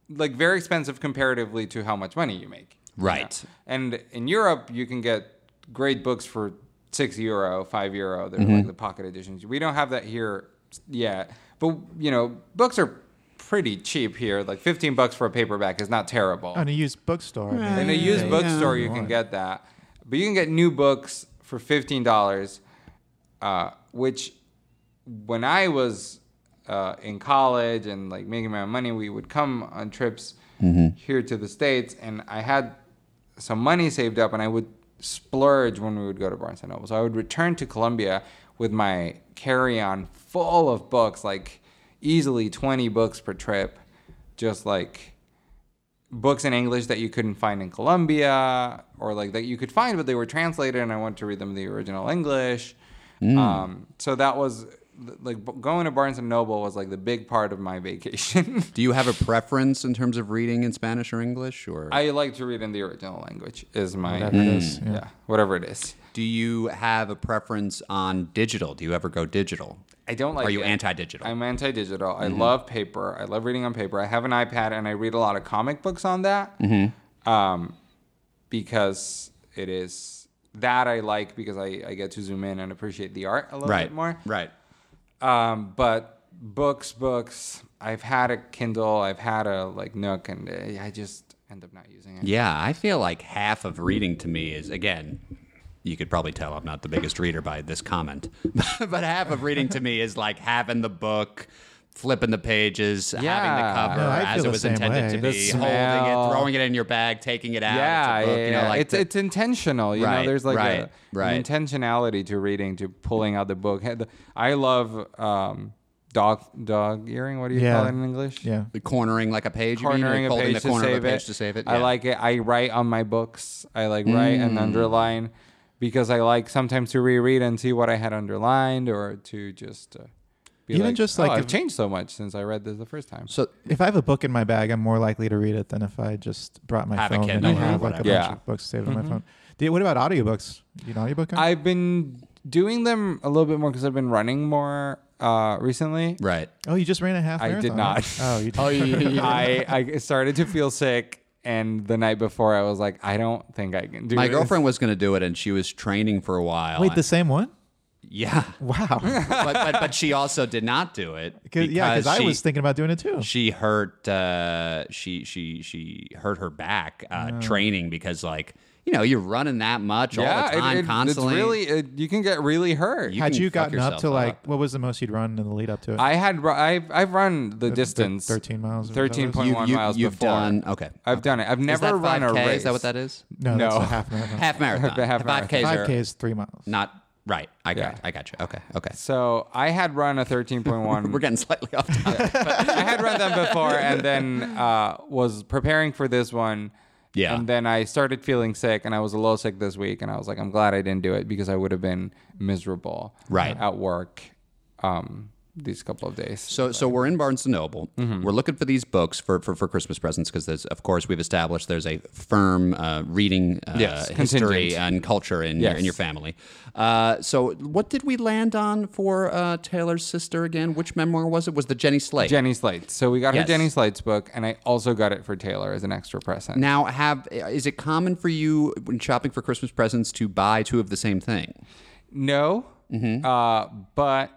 S3: like very expensive comparatively to how much money you make. you know?
S1: Right.
S3: And in Europe, you can get great books for six euro, five euro. They're like the pocket editions. We don't have that here yet, but you know, books are pretty cheap here. Like fifteen bucks for a paperback is not terrible.
S2: On a used bookstore. I mean,
S3: In a
S2: they-
S3: used
S2: they-
S3: bookstore, you can get that, but you can get new books for fifteen dollars, uh, which when I was uh, in college and like making my own money, we would come on trips here to the states, and I had some money saved up, and I would splurge when we would go to Barnes and Noble. So I would return to Colombia with my carry-on full of books, like easily twenty books per trip, just like books in English that you couldn't find in Colombia or like that you could find, but they were translated and I wanted to read them in the original English.
S2: Mm.
S3: Um, so that was like b- going to Barnes and Noble was like the big part of my [laughs] vacation.
S1: Do you have a preference in terms of reading in Spanish or English, or
S3: I like to read in the original language is my Mm.
S2: Whatever it is,
S3: yeah. whatever it is.
S1: do you have a preference on digital? Do you ever go digital?
S3: I don't like
S1: Are you
S3: it.
S1: anti-digital? Mm-hmm.
S3: I'm anti digital. I love paper. I love reading on paper. I have an iPad and I read a lot of comic books on that
S1: Mm-hmm.
S3: um, because it is that I like because I, I get to zoom in and appreciate the art a little
S1: right.
S3: bit more.
S1: Right.
S3: Um, but books, books. I've had a Kindle. I've had a like Nook, and uh, I just end up not using it.
S1: Yeah, I feel like half of reading to me is again. You could probably tell I'm not the biggest reader by this comment, [laughs] but half of reading to me is like having the book, flipping the pages, having
S3: Yeah.
S1: the cover
S2: No, I feel
S1: as it
S2: the
S1: was
S2: same
S1: intended
S2: way.
S1: to
S2: The
S1: be, holding
S3: smell.
S1: it, throwing it in your bag, taking it out.
S3: Yeah,
S1: it's, a book,
S3: yeah,
S1: You know, like
S3: it's
S1: the-
S3: it's intentional. You know,
S1: Right,
S3: there's like
S1: right,
S3: a, an
S1: right.
S3: intentionality to reading, to pulling out the book. Had the- I love um, dog dog earring. What do you
S2: Yeah.
S3: call it in English?
S2: Yeah.
S1: the cornering like a page, you mean, or
S3: cornering a
S1: holding
S3: page,
S1: the corner
S3: to,
S1: of
S3: save
S1: a page
S3: it.
S1: to save it. Mm.
S3: I
S1: Yeah.
S3: like it. I write on my books. I like write and underline. because I like sometimes to reread and see what I had underlined or to just uh, be
S2: Even
S3: like,
S2: just,
S3: "Oh,
S2: like,
S3: I've
S2: if-
S3: changed so much since I read this the first time.
S1: So
S2: If I have a book in my bag, I'm more likely to read it than if I just brought my
S1: Have a
S2: phone and
S1: Kindle Mm-hmm.
S2: I
S1: or
S2: have like a bunch
S1: whatever.
S3: Yeah.
S2: of books saved on my phone. Dude, what about audiobooks? You an audiobook? guy?
S3: I've been doing them a little bit more because I've been running more uh, recently.
S1: right.
S2: oh, you just ran a half
S3: I
S2: marathon.
S3: did not.
S2: Oh,
S1: [laughs]
S2: you did.
S3: I, I started to feel sick, and the night before I was like, I don't think I can do
S1: My
S3: this."
S1: girlfriend was going to do it, and she was training for a while.
S2: Wait, the same one?
S1: yeah, [laughs]
S2: Wow.
S1: but, but but she also did not do it
S2: [laughs] Cause, yeah, because I
S1: she-
S2: was thinking about doing it too.
S1: she hurt uh, she she she hurt her back uh, training because like you know you're running that much all
S3: Yeah,
S1: the time
S3: it, it,
S1: constantly.
S3: It's really it, you can get really hurt.
S1: You
S2: Had
S1: can
S2: you
S1: fuck
S2: gotten up
S1: yourself
S2: to
S1: up.
S2: like what was the most you'd run in the lead up to it?
S3: I had ru- I've I've run the distance
S2: thirteen miles. or whatever it is?
S3: thirteen point
S1: you,
S3: one
S1: you,
S3: miles
S1: you've
S3: before.
S1: done okay.
S3: I've done it. I've
S1: Is
S3: never
S1: that
S3: run a
S1: 5K?
S3: race.
S1: Is that what that
S3: [laughs]
S1: is?
S2: No, that's
S3: No.
S2: a half marathon.
S1: Half marathon.
S3: The [laughs] half
S1: Five Ks
S2: Five
S1: are
S2: k is three miles.
S1: not right. I got.
S3: Yeah.
S1: I got you. Okay. Okay.
S3: So I had run a thirteen point
S1: [laughs]
S3: one.
S1: We're getting slightly off topic.
S3: I had run them before, and then uh, was preparing for this one.
S1: Yeah.
S3: And then I started feeling sick, and I was a little sick this week, and I was like, I'm glad I didn't do it because I would have been miserable.
S1: Right.
S3: At work, um, these couple of days.
S1: So, so we're in Barnes and Noble. We're looking for these books for, for, for Christmas presents because there's, of course, we've established there's a firm uh, reading uh,
S3: Yes,
S1: history
S3: contingent.
S1: and culture in your, in
S3: Yes.
S1: your family. Uh, so, what did we land on for uh, Taylor's sister again? Which memoir was it? Was the Jenny Slate?
S3: Jenny Slate. So we got
S1: Yes.
S3: her Jenny Slate's book, and I also got it for Taylor as an extra present.
S1: Now, have is it common for you when shopping for Christmas presents to buy two of the same thing?
S3: No,
S1: Mm-hmm.
S3: uh, but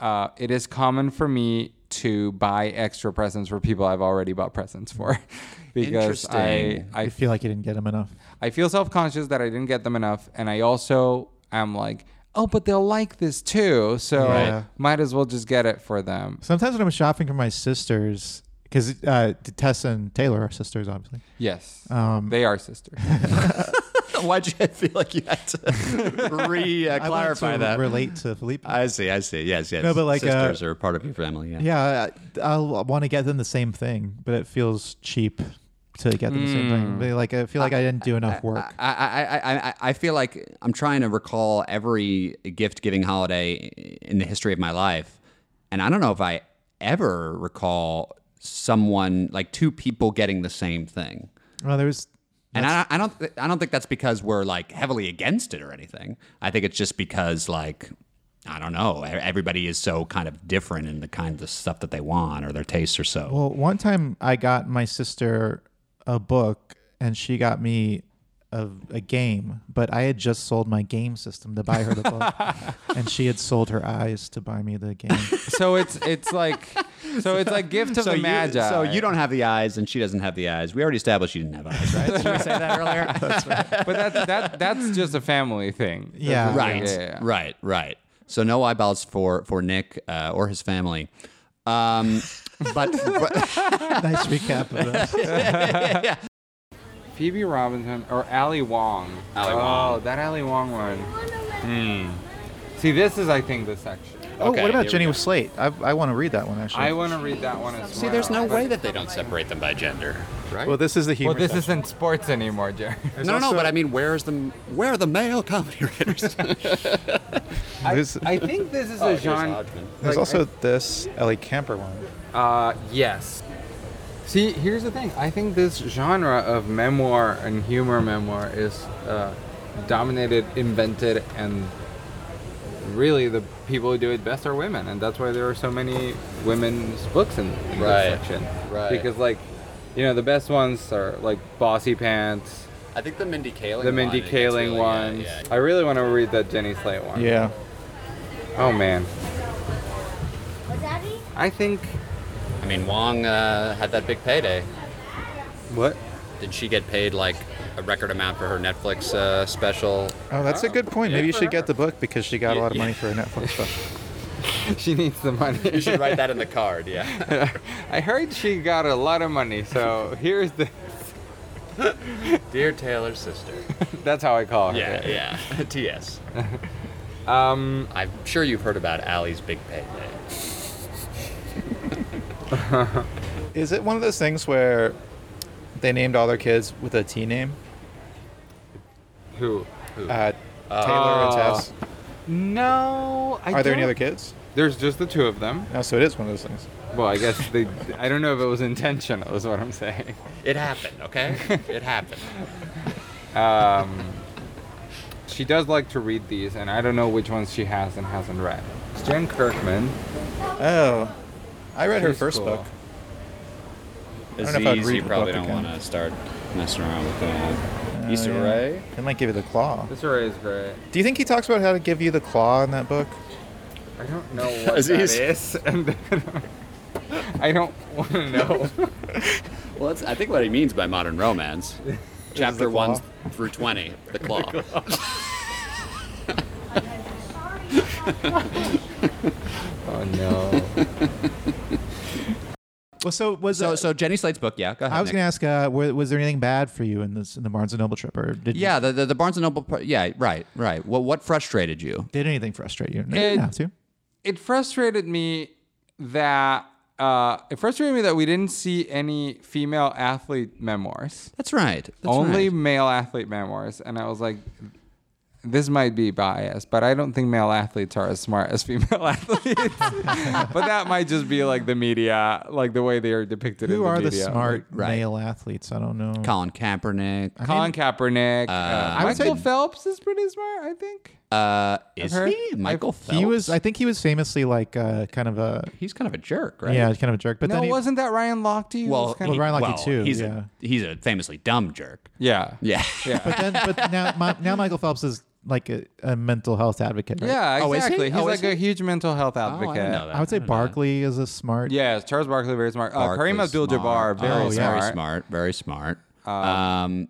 S3: uh, it is common for me to buy extra presents for people I've already bought presents for, [laughs] because I
S1: Interesting.
S3: I
S2: I feel like you didn't get them enough.
S3: I feel self conscious that I didn't get them enough, and I also am like, oh, but they'll like this too, so
S2: Right.
S3: might as well just get it for them.
S2: Sometimes when I'm shopping for my sisters, because uh, Tessa and Taylor are sisters, obviously.
S3: Yes,
S1: Um,
S3: they are
S1: [laughs]
S3: sisters.
S1: [laughs] Why'd you [laughs] feel like you had to re uh,
S2: I wanted
S1: clarify
S2: to
S1: that?
S2: relate to Felipe.
S1: I see. I see. Yes. Yes.
S2: No, but like, uh,
S1: sisters are part of your family. Yeah.
S2: yeah, I, I'll want to get them the same thing, but it feels cheap to get them the same thing. They, like I feel like I, didn't do enough work.
S1: Mm. I, I, I- I, I feel like I'm trying to recall every gift giving holiday in the history of my life. And I don't know if I ever recall someone, like two people getting the same thing.
S2: well, there was
S1: And I, I don't, I don't think that's because we're like heavily against it or anything. I think it's just because like, I don't know, e- everybody is so kind of different in the kind of stuff that they want or their tastes or so.
S2: Well, one time I got my sister a book and she got me a, a game, but I had just sold my game system to buy her the
S3: [laughs]
S2: book. and she had sold her eyes to buy me the game.
S3: so it's it's like so it's like gift of
S1: so
S3: the
S1: you,
S3: magi.
S1: so you don't have the eyes, and she doesn't have the eyes. We already established you didn't have eyes, right? [laughs] Did we say that earlier? [laughs]
S3: but that's that that's just a family thing. That's
S2: Yeah.
S3: just-
S1: Right.
S3: yeah, yeah.
S1: Right. Right. So no eyeballs for for Nick uh, or his family. Um, [laughs] but, but
S2: nice recap of
S4: [laughs]
S2: this.
S3: Phoebe Robinson or Ali Wong.
S1: Ali
S3: oh,
S1: Wong.
S3: that Ali Wong Hmm. one. See, this is I think the section.
S4: Oh,
S1: Okay,
S4: what
S1: here
S4: about
S1: we
S4: Jenny with Slate? I, I want to read that one actually.
S3: I want to read that one as well.
S1: [laughs] see, there's no way that they don't separate them by gender, right?
S4: well, this is the humor.
S3: Well, this
S4: section.
S3: isn't sports anymore, Jared.
S1: no, no, no. But I mean, where's the where are the male comedy writers?
S3: I,
S4: This-
S3: I think this
S1: Oh,
S3: is a genre.
S4: There's
S3: like,
S4: also this Ellie Kemper one.
S3: Uh, yes. See, here's the thing. I think this genre of memoir and humor memoir is uh, dominated, invented, and really the people who do it best are women, and that's why there are so many women's books in, in
S1: Right.
S3: this section.
S1: Right.
S3: Because like, you know, the best ones are like Bossy Pants,
S1: [laughs] I think the Mindy Kaling,
S3: the Mindy Kaling
S1: uh,
S3: ones. I really want to read that Jenny Slate one.
S2: Yeah.
S3: Oh man,
S5: Daddy?
S3: I think
S1: I mean, Wong uh, had that big payday.
S3: what [laughs]
S1: Did she get paid like a record amount for her Netflix uh, special?
S4: Oh, that's a good point. Maybe you
S3: for
S4: should
S3: her.
S4: get the book because she got a lot of
S1: Yeah.
S4: money for her Netflix special.
S3: she needs the money.
S1: should write that in [laughs] the card. Yeah.
S3: [laughs] I heard she got a lot of money, so here's the.
S1: Dear Taylor's sister.
S3: That's how I call her.
S1: Yeah, [laughs] yeah. TS.
S3: Um,
S1: I'm sure you've heard about Allie's big payday.
S4: Is it one of those things where they named all their kids with a T name?
S3: who?
S4: Uh, Taylor and Tess.
S3: No, I
S4: Are there any
S3: don't-
S4: other kids?
S3: There's just the two of them.
S4: No, so it is one of those things.
S3: Well, I guess they. I don't know if it was intentional. Is what I'm saying.
S1: It happened, okay? It [laughs] happened.
S3: She does like to read these, and I don't know which ones she has and hasn't read. It's Jen Kirkman.
S4: Oh, I read her
S3: She's
S4: first
S3: cool.
S4: book.
S1: It's
S4: know if I'd
S1: easy.
S4: read
S1: You
S4: the
S1: probably
S4: book
S1: don't
S4: again.
S1: want to start messing around with
S2: Uh,
S1: that.
S4: Oh,
S1: Easter
S4: yeah.
S1: Ray?
S4: They might give you the claw.
S3: This array is great.
S4: Do you think he talks about how to give you the claw in that book?
S3: I
S4: [laughs]
S3: don't know what that
S1: Aziz.
S3: is, [laughs] and I don't [laughs] want
S4: [laughs]
S3: to know.
S1: Well, that's, I think what he means by modern romance. Chapter
S4: the
S1: 1
S4: claw.
S1: through 20, the claw.
S3: Oh no.
S2: Well, so was uh,
S1: So, so Jenny Slate's book, yeah, go ahead.
S2: I was
S1: Nick.
S2: going to ask, uh, was, was there anything bad for you in this in the Barnes and Noble trip, or did you,
S1: Yeah, the, the, the Barnes and Noble. pro- Yeah, right, right. What what frustrated you?
S2: did anything frustrate you? No,
S3: It-
S2: you didn't have to.
S3: it frustrated me that uh, it frustrated me that we didn't see any female athlete memoirs,
S1: That's right. That's
S3: only
S1: right.
S3: male athlete memoirs, and I was like, this might be biased, but I don't think male athletes are as smart as female [laughs] athletes. but that might just be like the media, like the way they are depicted. in
S2: Who
S3: the
S2: are the
S3: media.
S2: smart
S1: right.
S2: male athletes? I don't know.
S1: Colin Kaepernick.
S3: Colin Kaepernick, uh,
S1: I would
S3: Michael Phelps is pretty smart, I think.
S1: Uh, is
S3: heard-
S1: he Michael Phelps?
S2: He was, I think, he was famously like uh, kind of a
S1: He's kind of a jerk, right?
S2: yeah, kind of a jerk. But
S3: no,
S2: then he,
S3: wasn't that Ryan Lochte? who
S1: Well,
S3: was kind
S1: he-
S2: Well, Ryan Lochte
S1: well,
S2: too,
S1: He's
S2: yeah.
S1: a he's a famously dumb jerk.
S3: of, [laughs] yeah,
S1: [laughs] Yeah.
S2: But then, but now, my, now Michael Phelps is like a, a mental health advocate. Right?
S3: Yeah,
S1: Oh, is he?
S3: exactly. He's
S1: Oh, is
S3: like a
S1: he?
S3: huge mental health
S1: Oh, I didn't
S3: advocate.
S1: know that.
S2: I would say
S1: didn't know that.
S2: Barkley is a smart.
S3: Yeah, Charles Barkley, very smart. Uh,
S1: Barkley's
S3: Kareem Abdul-Jabbar,
S1: smart.
S3: very
S1: Oh,
S3: smart. Uh,
S1: yeah. very smart, very smart. Um,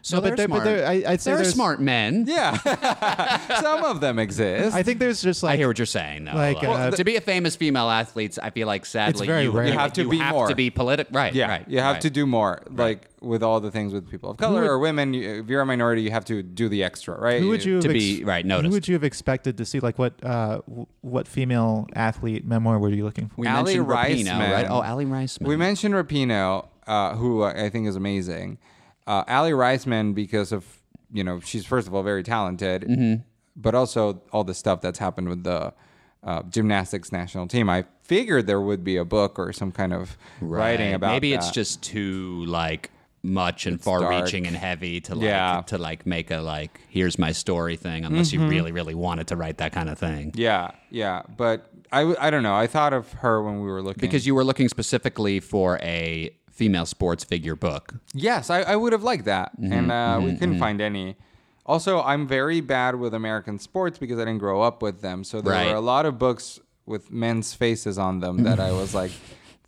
S1: so
S2: No,
S1: they're,
S2: but they're,
S1: smart.
S2: but they're, I, I'd say
S1: They're
S2: there's-
S1: smart men.
S3: Yeah, [laughs] some of them exist.
S2: I think there's just
S1: I
S2: like
S1: hear what you're saying, though.
S2: Like, uh,
S1: to be a famous female athlete, I feel like sadly
S2: very
S1: you,
S2: rare.
S1: you have to be
S3: more.
S1: political. Right.
S3: yeah,
S1: Right.
S3: you have
S1: right.
S3: to do more, like with all the things with people of color or women. You, if you're a minority, you have to do the extra, right?
S2: who would you
S1: to
S2: have
S1: be, right,
S2: Who
S1: noticed.
S2: would you have expected to see? Like what uh, w- what female athlete memoir were you looking for?
S1: We
S3: Ally
S1: mentioned Rapinoe,
S3: Reisman.
S1: right? Oh, Ali Reisman.
S3: We mentioned Rapino, uh, who I think is amazing. Uh, Ali Reisman, because of you know she's first of all very talented,
S1: Mm-hmm.
S3: but also all the stuff that's happened with the uh, gymnastics national team. I figured there would be a book or some kind of writing
S1: Right.
S3: about.
S1: Maybe it's
S3: that.
S1: just too like much and far-reaching and heavy to like
S3: Yeah. Mm-hmm.
S1: to like make a like here's my story thing unless you really really wanted to write that kind of thing.
S3: yeah, yeah. But I, w- I don't know. I thought of her when we were looking
S1: Because you were looking specifically for a female sports figure book.
S3: Yes, I, I would have liked that.
S1: Mm-hmm,
S3: and uh, we couldn't find any. Also, I'm very bad with American sports because I didn't grow up with them. So there
S1: Right.
S3: were a lot of books with men's faces on
S1: [laughs]
S3: them that I was like,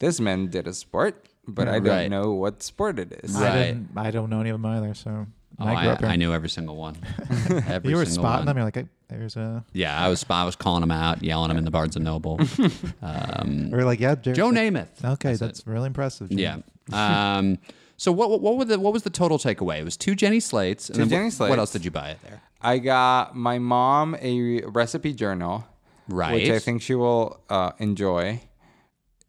S3: this man did a sport, but I don't
S1: Right.
S3: know what sport it is.
S1: Right.
S2: I didn't. I don't know any of them either. So
S1: Oh,
S2: I grew
S1: I,
S2: up here.
S1: I knew every single
S2: [laughs]
S1: one. Every
S2: you were
S1: single
S2: spotting
S1: one.
S2: them. You're like, "Hey, there's a
S1: Yeah, I was I was calling them out, yelling them in the Barnes and
S2: [laughs]
S1: Noble. um,
S2: or like yeah, Jared-
S1: Joe Namath.
S2: Okay,
S1: That's
S2: that's,
S1: it.
S2: really impressive. Jim.
S1: [laughs] Yeah. Um, so what what, what, were the, what was the total takeaway? It was two Jenny Slates. and
S3: Two
S1: then
S3: Jenny
S1: what- What else
S3: Slates.
S1: did you buy it there?
S3: I got my mom a recipe journal,
S1: Right.
S3: Which I think she will uh, enjoy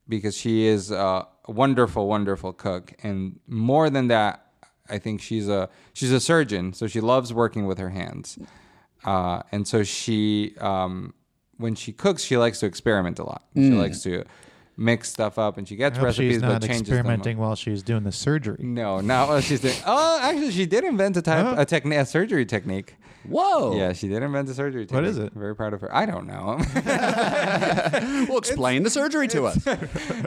S3: because she is a wonderful, wonderful cook, and more than that, I think she's a she's a surgeon, so she loves working with her hands, uh, and so she um, when she cooks, she likes to experiment a lot. She likes to mix stuff up, and she
S2: I
S3: gets
S2: hope
S3: recipes
S2: she's
S3: but
S2: not
S3: changes them.
S2: experimenting while she's doing the surgery.
S1: Mm.
S3: No, not what she's doing. Oh, actually, she did invent a type a technique, a surgery technique.
S1: Whoa.
S3: Yeah, she did invent the surgery technique.
S2: is it?
S3: I'm very proud of her. I don't know. [laughs]
S1: Well, explain the surgery to us. so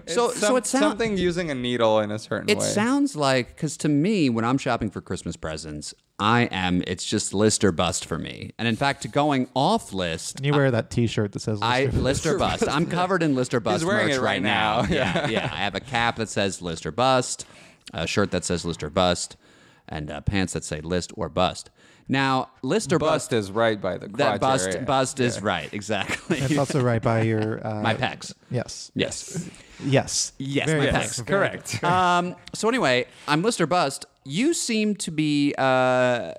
S1: so
S3: Some-
S1: it sounds
S3: something using a needle in a certain
S1: it
S3: way.
S1: sounds like because to me when I'm shopping for Christmas presents, I am it's just list or bust for me. And in fact, to going off list,
S2: And you wear that T-shirt that says
S1: I
S2: Lister. [laughs]
S1: list or bust. I'm covered in list or bust
S3: wearing
S1: merch
S3: it right now.
S1: Yeah, yeah. I have a cap that says list or bust, a shirt that says list or bust, and uh, pants that say list or bust. Now, list or bust,
S3: bust is right by the crotch
S1: that bust
S3: area.
S1: bust is right exactly.
S2: It's also right by your
S1: [laughs]
S2: uh,
S1: my pecs.
S2: Yes.
S1: Yes.
S2: Yes.
S1: Yes,
S2: Very
S1: my
S2: good.
S1: pecs.
S2: Very good.
S3: Correct.
S1: Um, so anyway, I'm list or bust. You seem to be uh,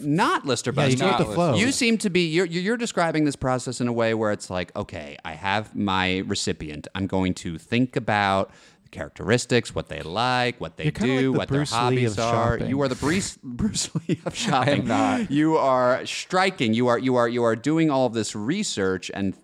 S1: not list or
S2: Yeah,
S1: bust.
S2: you go with
S3: not
S2: the
S3: listen.
S2: flow.
S1: You seem to be you're you're describing this process in a way where it's like, okay, I have my recipient. I'm going to think about characteristics, what they like, what they
S2: You're kinda
S1: do,
S2: like the
S1: what their
S2: Bruce Lee
S1: hobbies
S2: of
S1: are.
S2: shopping.
S1: You are the Bruce [laughs] Bruce Lee
S2: [laughs]
S1: of shopping.
S3: not.
S1: You are striking. You are you are you are doing all of this research and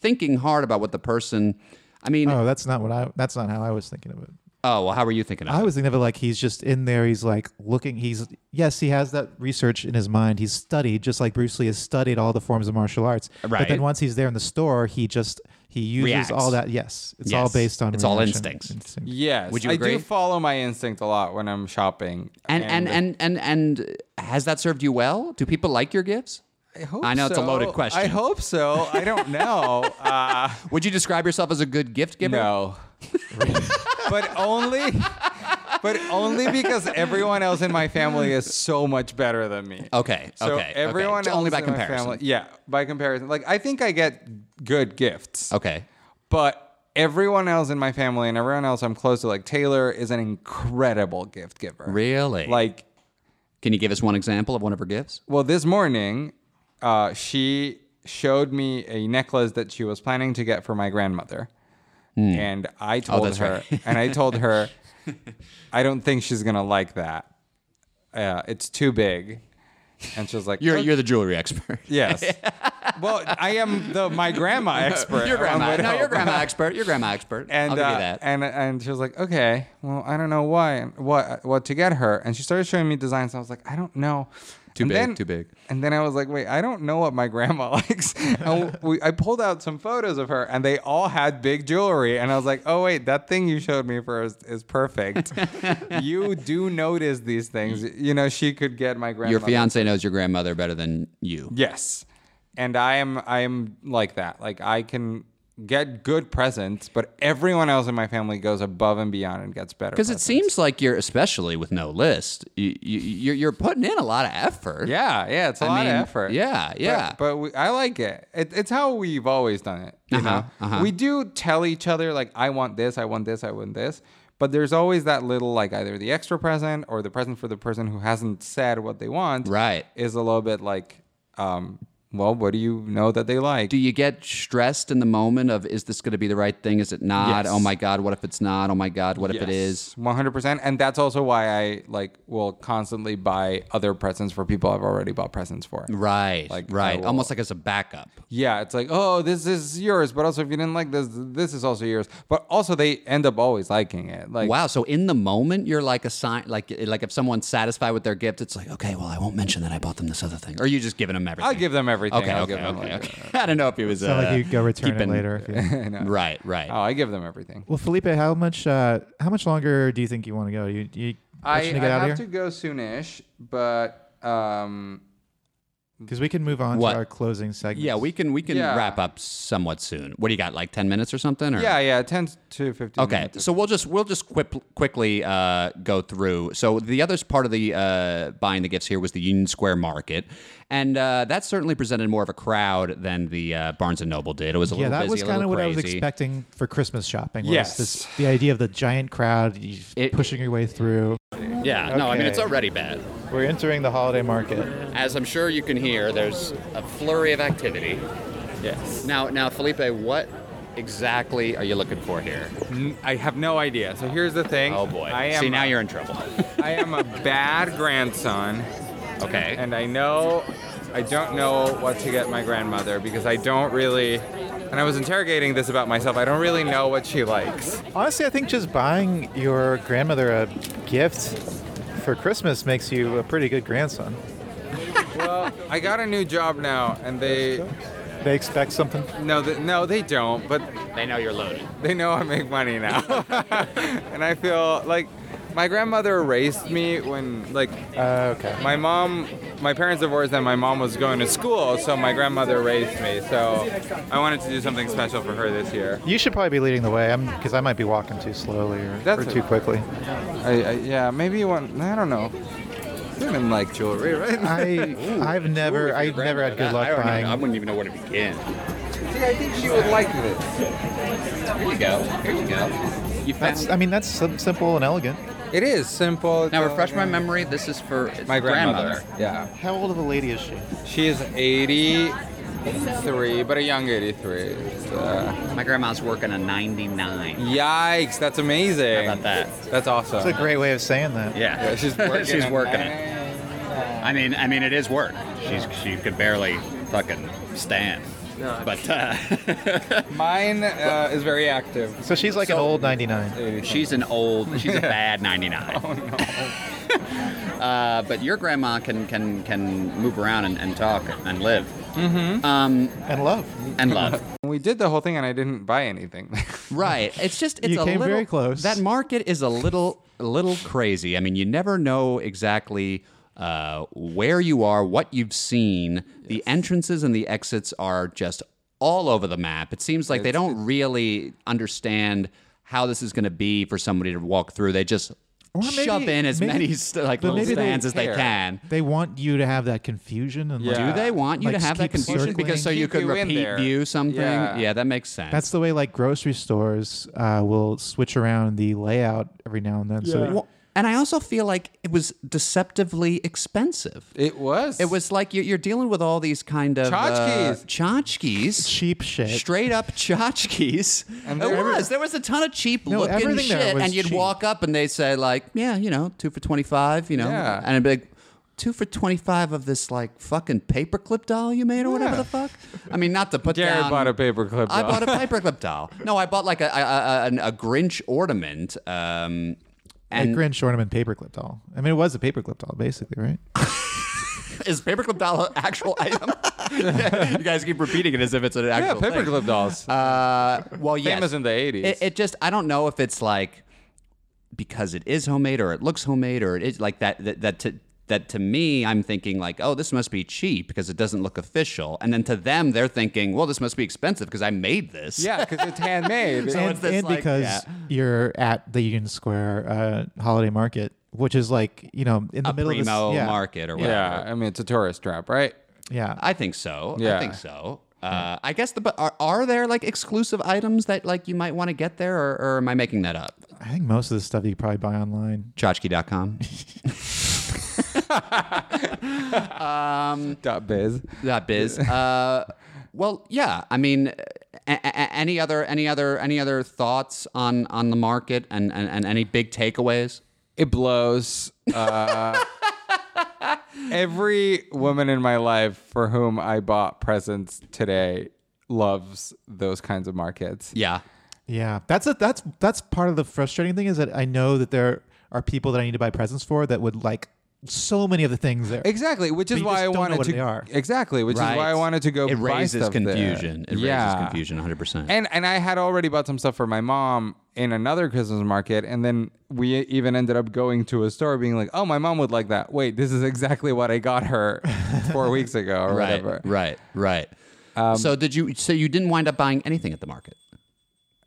S1: thinking hard about what the person. I mean, oh,
S2: Oh, that's not what I. That's not how I was thinking of it.
S1: well, how were you thinking of?
S2: I
S1: it?
S2: was thinking of it like he's just in there. He's like looking. He's yes, he has that research in his mind. He's studied just like Bruce Lee has studied all the forms of martial arts. But
S1: Right.
S2: then once he's there in the store, he just he uses
S1: Reacts.
S2: all that. Yes, it's all
S1: Yes.
S2: based on
S1: It's all
S2: reaction,
S1: instincts.
S2: instinct.
S3: Yes,
S1: Would you
S3: I
S1: agree?
S3: do follow my instinct a lot when I'm shopping.
S1: And and, and and and has that served you well? Do people like your gifts?
S3: I, hope
S1: I know it's a
S3: so.
S1: loaded question.
S3: I hope so. I don't know. [laughs] Uh,
S1: Would you describe yourself as a good gift giver?
S3: no, but only, but only because everyone else in my family is so much better than me.
S1: Okay.
S3: So
S1: okay.
S3: everyone
S1: okay.
S3: else
S1: only by
S3: in my
S1: comparison.
S3: family- yeah, by comparison. Like I think I get good gifts.
S1: Okay.
S3: but everyone else in my family and everyone else I'm close to, like Taylor, is an incredible gift giver.
S1: Really?
S3: Like,
S1: Can you give us one example of one of her gifts?
S3: well, this morning, uh, she showed me a necklace that she was planning to get for my grandmother, and I told
S1: Hmm. Oh, that's
S3: her,
S1: right.
S3: [laughs] and I told
S1: [laughs]
S3: her, I don't think she's gonna like that. Uh, it's too big, and she was like,
S1: You're [laughs] you're the jewelry expert.
S3: Yes. well, I am the my grandma
S1: [laughs]
S3: expert.
S1: Your
S3: on
S1: grandma.
S3: what
S1: No, your
S3: help.
S1: grandma expert. Your grandma expert.
S3: [laughs] and
S1: I'll give you
S3: uh,
S1: that.
S3: and and she was like, okay, well, I don't know why, what what to get her, and she started showing me designs. And I was like, I don't know. Too
S1: big, too big.
S3: And then I was like, wait, I don't know what my grandma [laughs] likes. and we, I pulled out some photos of her, and they all had big jewelry. And I was like, oh wait, that thing you showed me first
S1: [laughs]
S3: is perfect. you do notice these things. You know, she could get my grandma.
S1: your fiance knows your grandmother better than you.
S3: Yes. And I am I am like that. Like I can get good presents, but everyone else in my family goes above and beyond and gets better.
S1: Because it
S3: presents.
S1: seems like you're, especially with no list, you, you, you're, you're putting in a lot of effort.
S3: Yeah, yeah, it's a
S1: I
S3: lot
S1: mean,
S3: of effort.
S1: yeah,
S3: But-
S1: yeah.
S3: But, we, I like it. it. It's how we've always done it. You
S1: Uh-huh,
S3: know,
S1: uh-huh.
S3: we do tell each other like, I want this, I want this, I want this. But there's always that little like either the extra present or the present for the person who hasn't said what they want.
S1: Right.
S3: is a little bit like, um, well, what do you know that they like?
S1: Do you get stressed in the moment of, is this going to be the right thing? Is it not?
S3: Yes.
S1: Oh my God, what if it's not? Oh my God, what if it is?
S3: 100% and that's also why i like will constantly buy other presents for people i've already bought presents for
S1: Right,
S3: Like, I
S1: right.
S3: will-
S1: Almost like as a backup.
S3: yeah it's like oh this is yours but also if you didn't like this this is also yours but also they end up always liking it like
S1: Wow. So in the moment, you're like a sign, like like if someone's satisfied with their gift, it's like, okay, well, I won't mention that I bought them this other thing. Or are you just giving them everything?
S3: i'll give them everything
S1: Okay,
S3: I'll
S1: okay,
S3: give them
S1: okay,
S3: everything.
S1: okay. [laughs] I don't know if he was.
S2: Not
S1: uh,
S2: like you go return
S1: keeping-
S2: it later.
S1: [laughs]
S2: if you-
S3: I know.
S1: Right, right.
S3: oh i give them everything
S2: Well, Felipe, how much uh, how much longer do you think you want to go? You you
S3: i, I
S2: rushing to get out
S3: have
S2: of
S3: to
S2: here
S3: go soonish but um
S2: because we can move on
S1: What?
S2: to our closing segment.
S1: yeah, we can we can
S3: Yeah.
S1: wrap up somewhat soon. What do you got? Like ten minutes or something? Or?
S3: yeah yeah 10 to 15
S1: Okay,
S3: minutes.
S1: so we'll just we'll just quip, quickly uh, go through. So the other part of the uh, buying the gifts here was the Union Square Market, and uh, that certainly presented more of a crowd than the uh, Barnes and Noble did. It was a
S2: Yeah,
S1: little
S2: that
S1: busy,
S2: was
S1: a
S2: kind of
S1: little
S2: what I was
S1: crazy.
S2: expecting for Christmas shopping. was
S3: Yes.
S2: this, the idea of the giant crowd you
S1: It-
S2: pushing your way through.
S1: Yeah, no, I mean
S4: Okay.
S1: it's already bad.
S2: We're entering the holiday market.
S1: As I'm sure you can hear, there's a flurry of activity.
S3: yes
S1: Now, now, Felipe, what exactly are you looking for here?
S3: N- i have no idea so here's the thing
S1: Oh boy!
S3: i am
S1: See,
S2: uh,
S1: now
S3: a-
S1: you're in
S2: [laughs]
S1: trouble.
S3: I am a bad grandson,
S1: Okay.
S3: and I know I don't know what to get my grandmother because I don't really. And I was interrogating this about myself. I don't really know what she likes.
S4: Honestly, I think just buying your grandmother a gift for Christmas makes you a pretty good grandson.
S3: Well, I got a new job now, and they
S4: They expect something.
S3: no, th no, they don't. But
S1: they know you're loaded.
S3: they know I make money now, [laughs] and I feel like my grandmother raised me when like
S4: Uh, okay.
S3: My mom, my parents divorced, and my mom was going to school, so my grandmother raised me. So I wanted to do something special for her this year.
S4: You should probably be leading the way. I'm because I might be walking too slowly or, or
S3: That's
S4: too
S3: okay.
S4: quickly.
S3: I, I, yeah, maybe you want, I don't know. You didn't like jewelry, right?
S2: I I've never I've never had good luck buying.
S1: wouldn't even know where to begin.
S3: See, I think she would like this.
S1: Here you go. Here you go. You
S4: That's. I mean, that's sim- simple and elegant.
S3: It is simple. it's
S1: now refresh my
S3: elegant.
S1: memory. This is for
S3: My grandmother. Yeah.
S4: How old of a lady is she?
S3: She is 80 83, but a young 83. Uh,
S1: My grandma's working a 99.
S3: yikes, that's amazing.
S1: How about that?
S3: That's awesome.
S4: That's a great way of saying that.
S1: Yeah.
S3: [laughs] Yeah, she's working.
S1: [laughs] she's
S3: it.
S1: working it. I mean, I mean, it is work. She's she could barely fucking stand. But uh, [laughs]
S3: Mine uh, is very active.
S4: So she's like an old 99.
S3: 80.
S1: she's an old. She's a bad 99.
S3: Oh,
S1: [laughs] uh, but your grandma can can can move around and, and talk and live
S3: Mm-hmm.
S1: Um,
S4: And love.
S1: and
S3: [laughs]
S1: love.
S3: We did the whole thing and I didn't buy anything. [laughs]
S1: Right. It's just it's
S2: You
S1: a
S2: came
S1: little
S2: very close.
S1: That market is a little a little crazy. I mean, you never know exactly uh, where you are, what you've seen. The entrances and the exits are just all over the map. It seems like they don't really understand how this is going to be for somebody to walk through. They just
S2: maybe-
S1: shove in as
S2: maybe-
S1: many st- like
S2: but
S1: little
S2: maybe they
S1: stands as they
S3: care.
S1: can.
S2: They want you to have that confusion and like,
S3: Yeah.
S1: Do they want you
S2: Uh, Like,
S1: to have that
S2: keep
S1: confusion because so
S2: circling.
S1: you
S3: Keep
S1: could
S3: you in
S1: repeat
S3: there.
S1: view something?
S3: Yeah.
S1: Yeah. that makes sense.
S2: That's the way like grocery stores uh, will switch around the layout every now and then. So
S1: Well, and I also feel like it was deceptively expensive.
S3: it was.
S1: It was like you're, you're dealing with all these kind of
S3: Tchotchkes.
S1: uh, tchotchkes.
S2: cheap shit.
S1: Straight up tchotchkes.
S3: And
S1: it
S3: there-
S1: was. There was a ton of cheap
S2: No,
S1: looking
S2: everything there
S1: shit,
S2: was
S1: and you'd
S2: cheap.
S1: walk up and they'd say like, yeah, you know, two for twenty five, you know,
S3: Yeah.
S1: and I'd be like, two for twenty five of this like fucking paperclip doll you made or whatever
S3: Yeah.
S1: the fuck. I mean, not to put
S3: Jared
S1: down.
S3: bought a paperclip.
S1: I
S3: doll.
S1: bought a paperclip doll. No, I bought like a a, a, a, a Grinch ornament. Um,
S2: Like
S1: and
S2: Grinch ornament paperclip doll. I mean, it was a paperclip doll, basically,
S1: [laughs]
S2: right?
S1: Is paperclip doll an actual
S3: [laughs]
S1: item? you guys keep repeating it as if it's an
S3: yeah,
S1: actual thing.
S3: paperclip dolls.
S1: Uh, well, yes.
S3: Famous in the 80s.
S1: It, it just I don't know if it's like because it is homemade or it looks homemade or it is like that that that to, that to me I'm thinking like oh this must be cheap because it doesn't look official and then to them they're thinking well this must be expensive because I made this
S3: [laughs] yeah, because it's handmade.
S1: So
S2: and
S1: it's this,
S2: and
S1: like-
S2: because
S1: yeah.
S2: you're at the Union Square uh, holiday market, which is like you know in the
S1: a
S2: middle of
S1: primo
S2: this, yeah,
S1: market or whatever
S3: yeah, I mean, it's a tourist trap, right?
S2: Yeah,
S1: I think so I
S3: Yeah.
S1: think so. Uh, I guess the but are, are there like exclusive items that like you might want to get there or, or am I making that up?
S2: I think most of the stuff you could probably buy online.
S3: [laughs]
S1: Tchotchke.com.
S3: Dot biz.
S1: That biz. Uh, well, yeah. I mean, a- a- a- any other, any other, any other thoughts on on the market and and, and any big takeaways?
S3: It blows. Uh, [laughs] every woman in my life for whom I bought presents today loves those kinds of markets.
S1: Yeah.
S2: Yeah, that's a that's that's part of the frustrating thing is that I know that there are people that I need to buy presents for that would like so many of the things there.
S3: Exactly, which is
S2: you
S3: why
S2: just
S3: I
S2: don't know
S3: wanted
S2: what
S3: to.
S2: they are.
S3: Exactly, which is why I wanted to go.
S1: It
S3: buy
S1: raises
S3: stuff there.
S1: confusion. It raises
S3: Yeah.
S1: confusion. One hundred percent.
S3: And and I had already bought some stuff for my mom in another Christmas market, and then we even ended up going to a store, being like, "Oh, my mom would like that." Wait, this is exactly what I got
S1: [laughs]
S3: her four weeks ago, or
S1: Right.
S3: whatever. Um,
S1: Right. Right. so did you? So you didn't wind up buying anything at the market?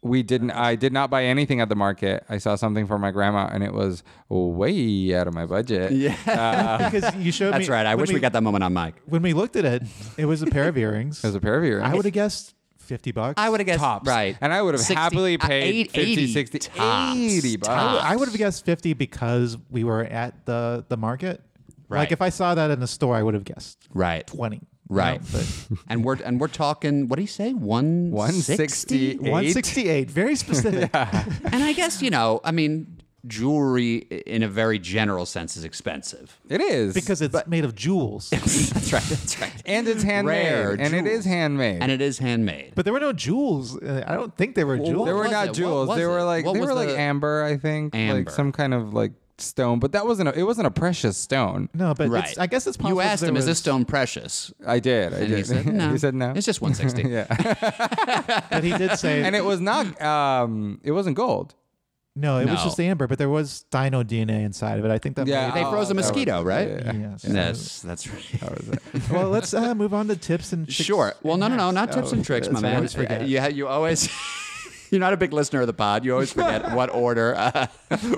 S3: We didn't. I did not buy anything at the market. I saw something for my grandma, and it was way out of my budget. Yeah.
S2: because
S1: [laughs]
S2: you showed me.
S1: That's right. I
S2: when
S1: wish we, got that moment on mic.
S2: when we looked at it. It was a pair of earrings.
S3: It was a pair of earrings.
S2: I would have guessed fifty bucks.
S1: I would have guessed
S3: Tops.
S1: right,
S3: And I would have
S1: 60
S3: happily
S1: uh,
S3: paid 50, 60,
S1: tops,
S3: 80 bucks.
S1: tops.
S2: I would have guessed fifty because we were at the the market.
S1: Right.
S2: Like if I saw that in the store, I would have guessed
S1: right.
S2: twenty. you know,
S1: Right.
S2: but
S1: [laughs] And we're and we're talking. What do you say? One
S3: 160?
S2: one sixty eight, very specific.
S1: And I guess, you know, I mean, jewelry i- in a very general sense is expensive. [laughs]
S3: It is
S2: Because it's made of jewels.
S1: that's right. That's right.
S3: and it's handmade,
S1: Rare
S3: and it
S1: jewels.
S3: is handmade.
S1: And it is handmade.
S2: But there were no jewels. Uh, I don't think there were jewels.
S1: what
S3: They were
S1: was
S3: not
S1: it? What
S3: jewels.
S1: was
S3: They
S1: it?
S3: were like
S1: What
S3: they
S1: was
S3: were like
S1: the-
S3: amber, I think,
S1: Amber.
S3: like some kind of like stone. But that wasn't a, it wasn't a precious stone.
S2: No, but
S1: right.
S2: it's, I guess it's possible.
S1: You
S2: that
S1: asked
S2: there
S1: him, is this
S2: was-
S1: stone precious?
S3: I did. I
S1: And
S3: did.
S1: he said, no.
S3: [laughs] he said no.
S1: It's just 160.
S3: [laughs] yeah,
S2: But he did say,
S3: and it was not. Um, it wasn't gold.
S2: no, it was
S1: No.
S2: just amber, but there was dino DNA inside of it. I think that.
S3: Yeah,
S1: They
S3: Oh,
S1: froze a
S3: that was-
S1: mosquito, right?
S3: yeah.
S2: made- yes.
S1: Yes, that's right.
S2: well, let's uh, move on to tips and tricks. Oh,
S1: Sure. Well, no, no, no, not tips and tricks, my
S2: that's what I
S1: man.
S2: always forget.
S1: Uh, Yeah, Oh, you always. [laughs] You're not a big listener of the pod. You always [laughs] forget what order uh,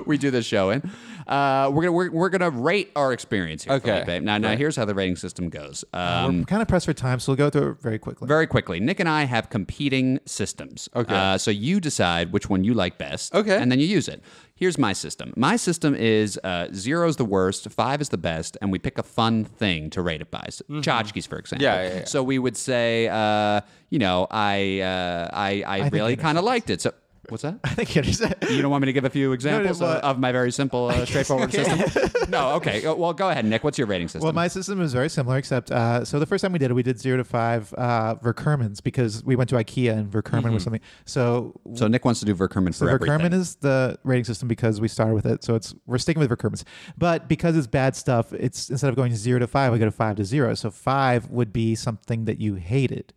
S1: we do this show in. Uh, we're gonna we're, we're gonna rate our experience here.
S3: Okay.
S1: Felipe. Now, now here's how the rating system goes. Um,
S2: We're kind of pressed for time, so we'll go through it very quickly.
S1: very quickly. Nick and I have competing systems.
S3: Okay.
S1: Uh, so you decide which one you like best.
S3: Okay.
S1: And then you use it. Here- Here's my system. My system is uh, zero is the worst, five is the best, and we pick a fun thing to rate it by. So, tchotchkes, for example.
S3: Yeah, yeah, yeah.
S1: So we would say, uh, you know, I uh, I, I,
S2: think
S1: really
S2: it
S1: kind of liked it. So what's that?
S2: [laughs] I think it is.
S1: You don't want me to give a few examples of-
S2: what-
S1: of, my very simple, uh, straightforward system? No, okay. Uh, Well, go ahead, Nick. What's your rating system?
S2: Well, my system is very similar, except uh, so the first time we did it, we did zero to five uh, Verkermans because we went to IKEA and Verkerman
S1: Mm-hmm.
S2: was something. So,
S1: so Nick wants to do Verkerman
S2: so
S1: for
S2: Verkerman
S1: everything.
S2: is the rating system because we started with it. So it's we're sticking with Verkermans, but because it's bad stuff, it's instead of going zero to five, we go to five to zero. So five would be something that you hated.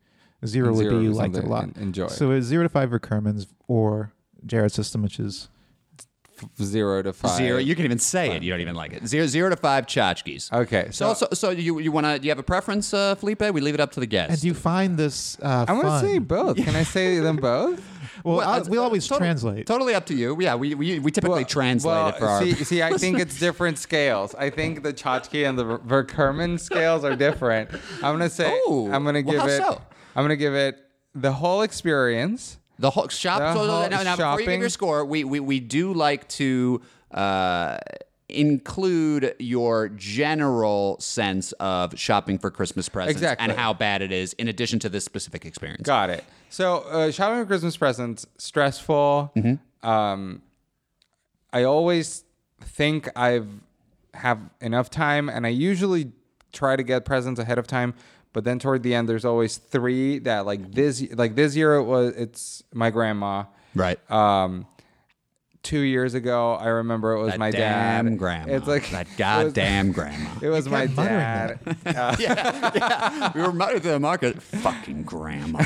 S2: Zero
S3: And
S2: would
S3: zero
S2: be you
S3: is
S2: liked it a
S3: something
S2: lot.
S3: en- enjoyed.
S2: So it's zero to five Verkermans or Jared's system, which is
S3: zero to five.
S1: Zero. You can even say it. You don't even like it. Zero, zero to five tchotchkes.
S3: Okay,
S1: So,
S3: so,
S1: so, so you you want to? Do you have a preference, uh, Felipe? We leave it up to the guests.
S2: and do you find this uh,
S3: I want
S2: fun?
S3: to say both. Can I say
S1: [laughs]
S3: them both?
S2: well,
S1: Well,
S2: I'll-
S1: it's- uh,
S2: we always
S1: total-
S2: translate.
S1: Totally up to you. Yeah, we we, we typically translate
S3: well,
S1: it for our.
S3: see, see, I think it's
S1: [laughs]
S3: different scales. I think the Chachki and the Ver- Verkerman scales are different. I'm gonna say
S1: Oh,
S3: I'm gonna
S1: well,
S3: give
S1: how
S3: it.
S1: so?
S3: I'm gonna give it the whole experience.
S1: The whole shop.
S3: The
S1: so,
S3: whole
S1: now, now, before you give
S3: shopping.
S1: your score, we, we, we do like to uh, include your general sense of shopping for Christmas presents
S3: Exactly.
S1: and how bad it is, in addition to this specific experience.
S3: Got it. So uh, shopping for Christmas presents stressful.
S1: Mm-hmm.
S3: Um, I always think I've have enough time, and I usually try to get presents ahead of time. But then toward the end, there's always three that like this like this year it was it's my grandma.
S1: Right.
S3: Um, two years ago, I remember it was
S1: that
S3: my
S1: damn
S3: dad.
S1: grandma.
S3: It's like
S1: that
S3: [laughs] it was-
S1: goddamn grandma.
S3: It was my
S2: kept muttering
S3: dad.
S1: we were muddling through the market. Fucking grandma.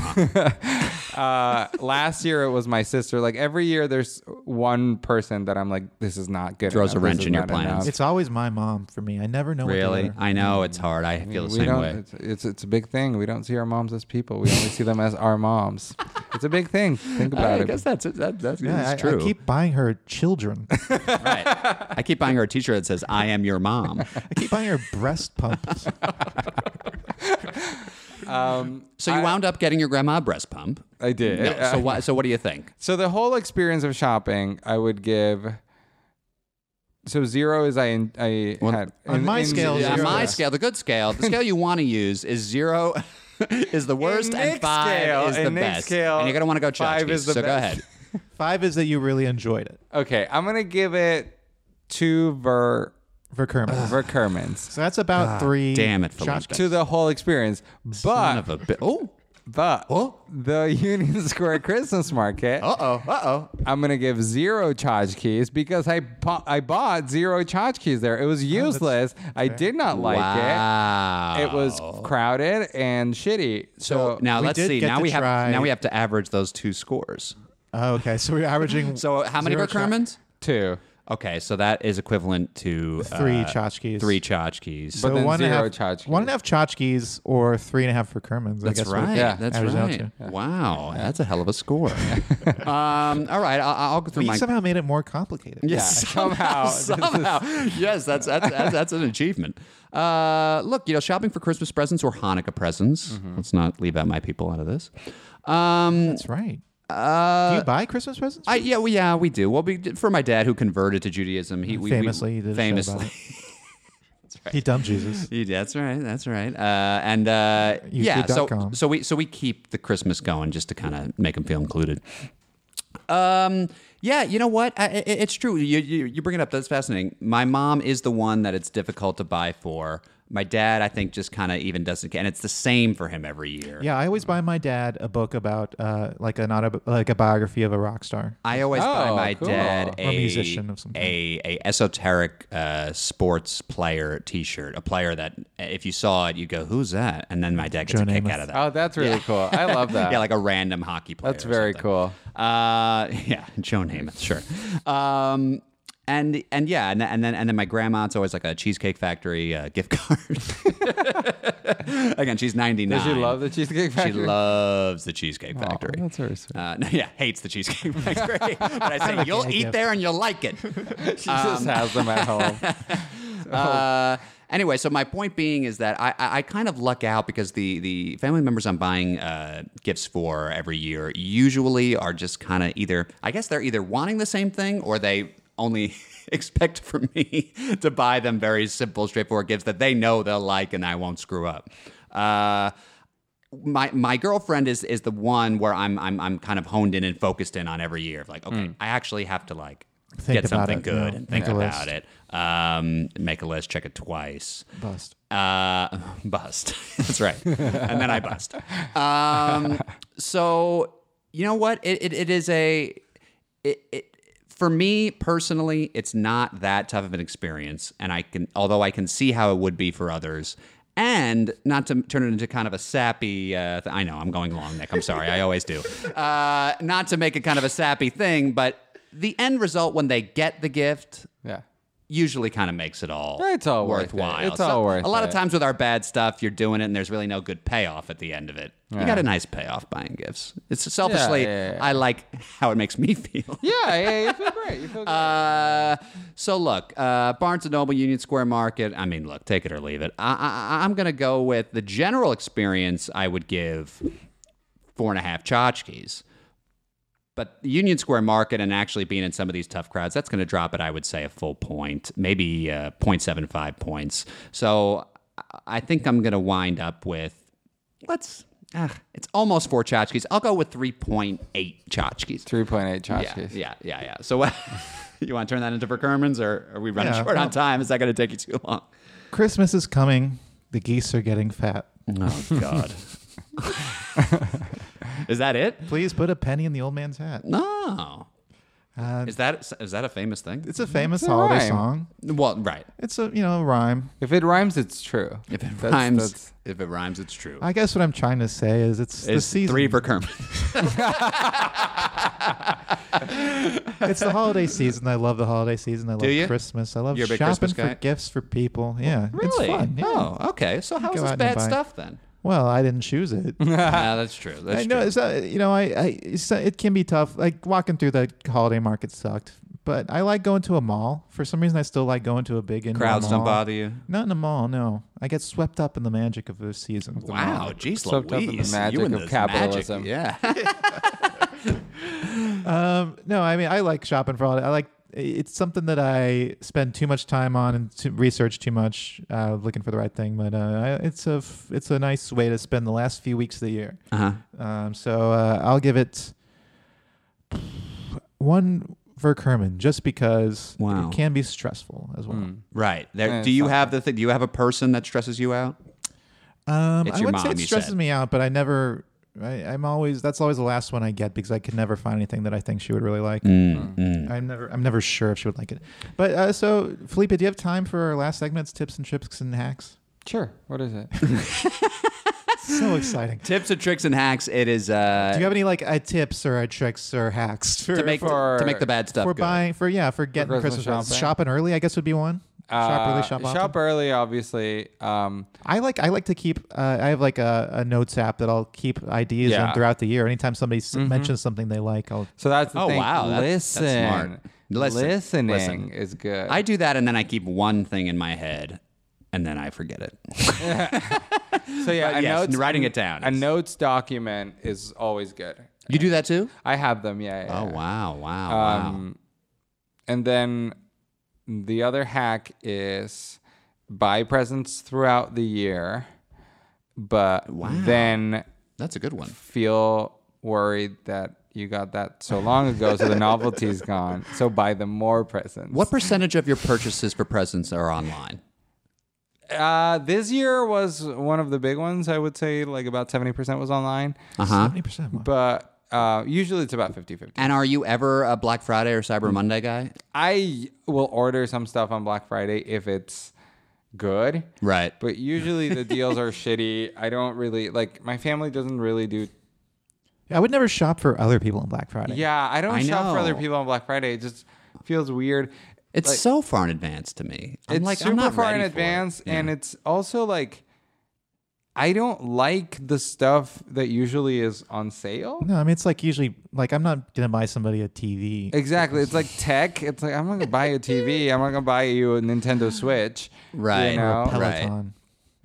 S3: uh, last year it was my sister. Like every year, there's one person that I'm like, this is not good.
S1: Throws
S3: enough.
S1: a wrench
S3: This is
S1: in your
S3: not enough."
S1: plans.
S2: It's always my mom for me. I never know.
S1: [laughs] really?
S2: What to
S1: I know it's hard. I feel the
S3: we
S1: same
S3: don't.
S1: way.
S3: It's, it's it's a big thing. We don't see our moms as people. We only see them as our moms. It's a big thing. Think
S1: [laughs]
S3: about
S1: I
S3: it.
S1: guess that's it. That, that's
S2: do. yeah, I,
S1: it's true.
S2: I keep buying her children. I
S1: right. I keep buying her a T-shirt that says "I am your
S3: [laughs]
S1: mom."
S2: keep buying her breast
S1: [laughs]
S2: pumps.
S3: um,
S1: So you wound up getting your grandma a breast pump.
S3: I did. Uh,
S1: No, so what? So what do you think?
S3: So the whole experience of shopping, I would give. So zero is I in, I
S1: Well,
S3: had
S2: on my scale,
S1: Yeah,
S2: zero.
S1: my scale, the good scale, the
S3: [laughs]
S1: scale you want to use is zero. [laughs] Is the worst and
S3: Nick's
S1: five
S3: scale-
S1: is the
S3: in Nick's
S1: best.
S3: scale,
S1: and you're gonna want to go
S3: five
S1: tchotchkes.
S3: is the
S1: so go
S3: best.
S1: ahead.
S2: Five is that you really enjoyed it.
S3: Okay, I'm gonna give it two ver
S2: Verkermans.
S3: Verkermans
S2: So that's about three.
S1: damn it, Felipe.
S2: shots.
S3: to the whole experience,
S1: Son
S3: but
S1: of a bi-
S3: [laughs]
S1: Oh,
S3: But
S1: Oh.
S3: the [laughs] Union Square Christmas Market,
S1: uh oh, uh oh.
S3: I'm gonna give zero tchotchkes because I bu- I bought zero tchotchkes there. It
S1: Oh,
S3: was useless. I did not like
S1: Wow.
S3: it. It was crowded and shitty.
S1: So,
S3: So,
S1: now
S2: we
S1: let's
S2: did
S1: see.
S2: get
S1: Now
S2: to
S1: we have
S2: try-
S1: now we have to average those two scores.
S2: Oh, okay, so we're
S1: [laughs]
S2: averaging.
S1: So uh, how many
S2: zero shot-
S1: Verkermans?
S3: two.
S1: Okay, so that is equivalent to uh,
S2: Three tchotchkes.
S1: Three tchotchkes.
S3: But then
S2: one and a
S3: zero
S2: half-
S3: tchotchkes.
S2: One and a half tchotchkes or three and a half Verkermans. I
S1: That's
S2: guess would-
S1: right.
S3: Yeah.
S1: That's
S2: Average out
S1: right. Wow, that's a hell of a
S2: [laughs]
S1: score. um, all right, I'll, I'll go through
S2: We
S1: my.
S2: somehow made it more complicated. [laughs]
S3: Yeah, somehow.
S1: somehow. yes, that's that's, that's that's an achievement. Uh, look, you know, shopping for Christmas presents or Hanukkah presents. Let's not leave out my people out of this. Um,
S2: Mm-hmm. That's right.
S1: uh,
S2: Do you buy Christmas presents?
S1: I, yeah, well, yeah, we do. Well, we did, for my dad who converted to Judaism, he we, we-
S2: famously, he did a show about
S1: famously. [laughs]
S2: He dumb Jesus.
S1: He- that's right. That's right. Uh, and uh, yeah, so
S2: YouTube.com.
S1: so we so we keep the Christmas going just to kind of make them feel included. Um, yeah, you know what? I, i it's true. You, you you bring it up. That's fascinating. My mom is the one that it's difficult to buy for. My dad, I think, just kind of even doesn't. And it's the same for him every year.
S2: Yeah, I always buy my dad a book about uh, like an auto, like a biography of a rock star.
S1: I always buy
S3: Oh,
S1: my
S3: cool.
S1: dad a,
S2: Or musician of some kind.
S1: a a esoteric uh, sports player T-shirt, a player that if you saw it, you would go, "Who's that?" And then my dad gets
S2: Joe
S1: a kick
S2: Namath.
S1: out of that.
S3: oh, that's really cool. I love
S1: [laughs]
S3: that.
S1: yeah, like a random hockey player.
S3: that's
S1: or
S3: very
S1: something.
S3: cool.
S1: Uh, [laughs] yeah, Joe Namath, sure. Um, and and yeah, and, and then and then my grandma. It's always like a cheesecake factory uh, gift card. [laughs] Again, she's ninety nine.
S3: Does she love the Cheesecake Factory?
S1: She loves the Cheesecake
S3: Oh,
S1: Factory.
S3: that's very sweet.
S1: Uh, [laughs] no, yeah, hates the [laughs] Cheesecake Factory. but I say, you'll
S2: gag
S1: eat
S2: up.
S1: there and you'll like it.
S3: she just has them at home.
S1: Uh, anyway, so my point being is that I, I, I kind of luck out because the, the family members I'm buying uh, gifts for every year usually are just kind of either, I guess they're either wanting the same thing or they only [laughs] expect from me to buy them very simple, straightforward gifts that they know they'll like and I won't screw up. Uh, my my girlfriend is is the one where I'm I'm I'm kind of honed in and focused in on every year. Like, okay, I actually have to like
S2: Hmm. Think
S1: get
S2: about
S1: something
S2: it,
S1: good
S2: yeah.
S1: and think
S2: Make a
S1: about
S2: list.
S1: it. Um, make a list, check it twice.
S2: Bust.
S1: Uh, [laughs] bust. That's right. and then I bust. Um, so you know what? It it, it is a it, it for me personally, it's not that tough of an experience, and I can although I can see how it would be for others. And not to turn it into kind of a sappy, uh, th- I know I'm going long, Nick. I'm sorry, I always do. Uh, not to make it kind of a sappy thing, but the end result when they get the gift,
S3: [laughs] Yeah.
S1: usually kind of makes it all
S3: It's all worth it.
S1: worthwhile.
S3: It's all worth
S1: a lot of
S3: it.
S1: times with our bad stuff, you're doing it and there's really no good payoff at the end of it. You got a nice payoff buying gifts. It's selfishly,
S3: yeah, yeah.
S1: I like how it makes me [laughs] feel.
S3: Yeah, yeah, you feel great. You feel great.
S1: Uh, so look, uh, Barnes and Noble, Union Square Market. I mean, look, take it or leave it. I, I, I'm gonna go with the general experience. I would give four and a half tchotchkes. But Union Square Market and actually being in some of these tough crowds, that's going to drop it, I would say, a full point, maybe uh, 0.75 points. So I- I think I'm going to wind up with, let's, ah, it's almost four tchotchkes. I'll go with 3.8 tchotchkes.
S3: 3.8
S1: Yeah,
S3: tchotchkes.
S1: yeah, yeah, yeah. So what? [laughs] you want to turn that into Verkermans, or are we running
S2: Yeah.
S1: short on time? Is that going to take you too long?
S2: Christmas is coming. The geese are getting fat.
S1: Oh
S2: [laughs]
S1: God. is that it?
S2: Please put a penny in the old man's hat.
S1: No.
S2: Uh,
S1: Is that is that a famous thing?
S2: It's a famous
S3: It's a
S2: holiday
S3: rhyme.
S2: song.
S1: Well, right.
S2: It's a you know a rhyme.
S3: If it rhymes, it's true.
S1: If it
S3: That's-
S1: rhymes,
S3: that's-
S1: if it rhymes, it's true.
S2: I guess what I'm trying to say is it's, the
S1: it's
S2: season.
S1: three Verkermans.
S2: it's the holiday season. I love the holiday season. I love
S1: you?
S2: Christmas. I love
S1: You're a big
S2: shopping
S1: Christmas guy?
S2: for gifts for people. Yeah, it's fun. Yeah.
S1: Oh, okay. So how is
S2: Go
S1: this
S2: out and
S1: bad
S2: buy.
S1: stuff
S2: [laughs]
S1: then?
S2: Well, I didn't choose it.
S1: yeah, [laughs] that's true. That's
S2: I know
S1: true.
S2: it's not, you know I, I it's, it can be tough. Like walking through the holiday market sucked, but I like going to a mall. For some reason, I still like going to a big indoor
S1: Crowds
S2: mall.
S1: don't bother you.
S2: Not in a mall, no. I get swept up in the magic of the season. of the mall.
S1: Wow, geez,
S3: Swept up in the
S1: Louise,
S3: magic
S1: you and
S3: of
S1: this
S3: capitalism.
S1: Magic.
S2: [laughs]
S1: Yeah.
S2: Um, no, I mean I like shopping for all. that. I like it's something that I spend too much time on and to research too much, uh, looking for the right thing. But uh, I- it's a f- it's a nice way to spend the last few weeks of the year.
S1: Uh-huh.
S2: Um, so uh, I'll give it one Verkerman just because
S1: Wow. Hmm.
S2: it can be stressful as well.
S1: Right. There,
S3: Eh,
S1: do
S3: it's
S1: you
S3: not
S1: have the thing? Do you have a person that stresses you out?
S2: Um,
S1: It's
S2: I
S1: your mom,
S2: wouldn't say
S1: you
S2: it stresses
S1: said.
S2: me out, but I never. I, I'm always that's always the last one I get because I can never find anything that I think she would really like.
S1: Mm,
S3: Mm.
S2: I'm never I'm never sure if she would like it. But uh, so Felipe, do you have time for our last segments, tips and tricks and hacks?
S3: Sure. What is it?
S2: So exciting.
S1: Tips and tricks and hacks. It is uh,
S2: Do you have any like uh, tips or uh, tricks or hacks for,
S1: to make
S3: for-
S1: to make the bad stuff
S2: for
S1: good.
S2: buying for yeah for getting
S3: Christmas
S2: Christmas, presents?
S3: shopping?
S2: shopping early? I guess would be one. shop
S3: Uh,
S2: early, shop often.
S3: Shop early, obviously. Um,
S2: I like I like to keep uh, I have like a, a notes app that I'll keep ideas
S3: Yeah.
S2: on throughout the year. Anytime somebody s mentions something they like, I'll
S3: so that's the
S1: Oh,
S3: thing.
S1: wow, that- that's
S3: Listen.
S1: smart. Listen,
S3: Listening
S1: listen.
S3: is good.
S1: I do that, and then I keep one thing in my head, and then I forget
S3: [laughs]
S1: it.
S3: so yeah,
S1: But
S3: a
S1: uh, yes,
S3: notes-
S1: writing it down
S3: A
S1: is-
S3: notes document is always good.
S1: You do that too?
S3: I have them. Yeah. yeah
S1: Oh
S3: yeah.
S1: wow, wow, wow.
S3: Um, And then the other hack is buy presents throughout the year, but then
S1: That's a good one.
S3: feel worried that you got that so long ago, so the novelty is gone. So buy them more presents. [laughs]
S1: What percentage of your purchases for presents are online?
S3: Uh, this year was one of the big ones. I would say like about seventy percent was online,
S1: Uh huh.
S2: seventy percent.
S3: but. Uh, usually it's about 50-50.
S1: And are you ever a Black Friday or
S3: Mm.
S1: Cyber Monday guy?
S3: I will order some stuff on Black Friday if it's good.
S1: Right.
S3: But usually
S1: [laughs]
S3: the deals are shitty. I don't really like my family doesn't really do
S2: I would never shop for other people on Black Friday.
S3: Yeah, I don't
S1: I
S3: shop for other
S1: know.
S3: people on Black Friday. It just feels weird.
S1: It's
S3: Like,
S1: so far in advance to me. I'm
S3: it's
S1: like,
S3: super
S1: I'm not
S3: far in
S1: ready for it.
S3: advance
S1: Yeah.
S3: and it's also like I don't like the stuff that usually is on sale.
S2: No, I mean it's like usually like I'm not gonna buy somebody a TV.
S3: Exactly. It's like tech. It's like I'm not gonna buy a TV. I'm not gonna buy you a Nintendo Switch. you
S1: Right.
S3: know?
S1: Right.
S2: Peloton.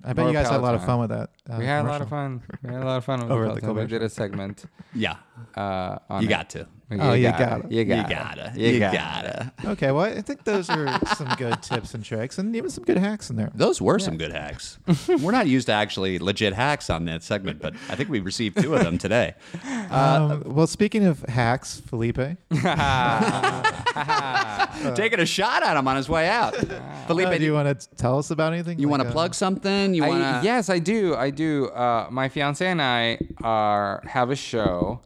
S2: I bet
S3: Or
S2: you guys had a lot of
S3: Peloton.
S2: fun with that. uh,
S3: We had a lot
S2: commercial.
S3: of fun. We had a lot of fun with
S2: Over
S3: the
S2: at the
S3: Peloton. We
S2: commercial.
S3: did a segment.
S1: Yeah,
S3: Uh, on
S1: you
S3: it.
S1: got to.
S2: Oh, you got it.
S3: You got
S1: you
S3: it.
S1: gotta. You, gotta.
S2: Okay, well, I think those
S3: [laughs]
S2: are some good tips and tricks, and even some good hacks in there.
S1: Those were some good hacks. [laughs] We're not used to actually legit hacks on that segment, but I think we received two of them today.
S3: [laughs] Uh,
S2: Um, well, speaking of hacks, Felipe, uh,
S3: Uh.
S1: Taking a shot at him on his way out.
S3: Oh
S1: Felipe,
S2: uh, do you want to tell us about anything?
S1: you
S2: Like,
S1: want to
S2: uh,
S1: plug something? You
S3: I-
S1: want to?
S3: yes, I do. I do. Uh, my fiance and I are have a show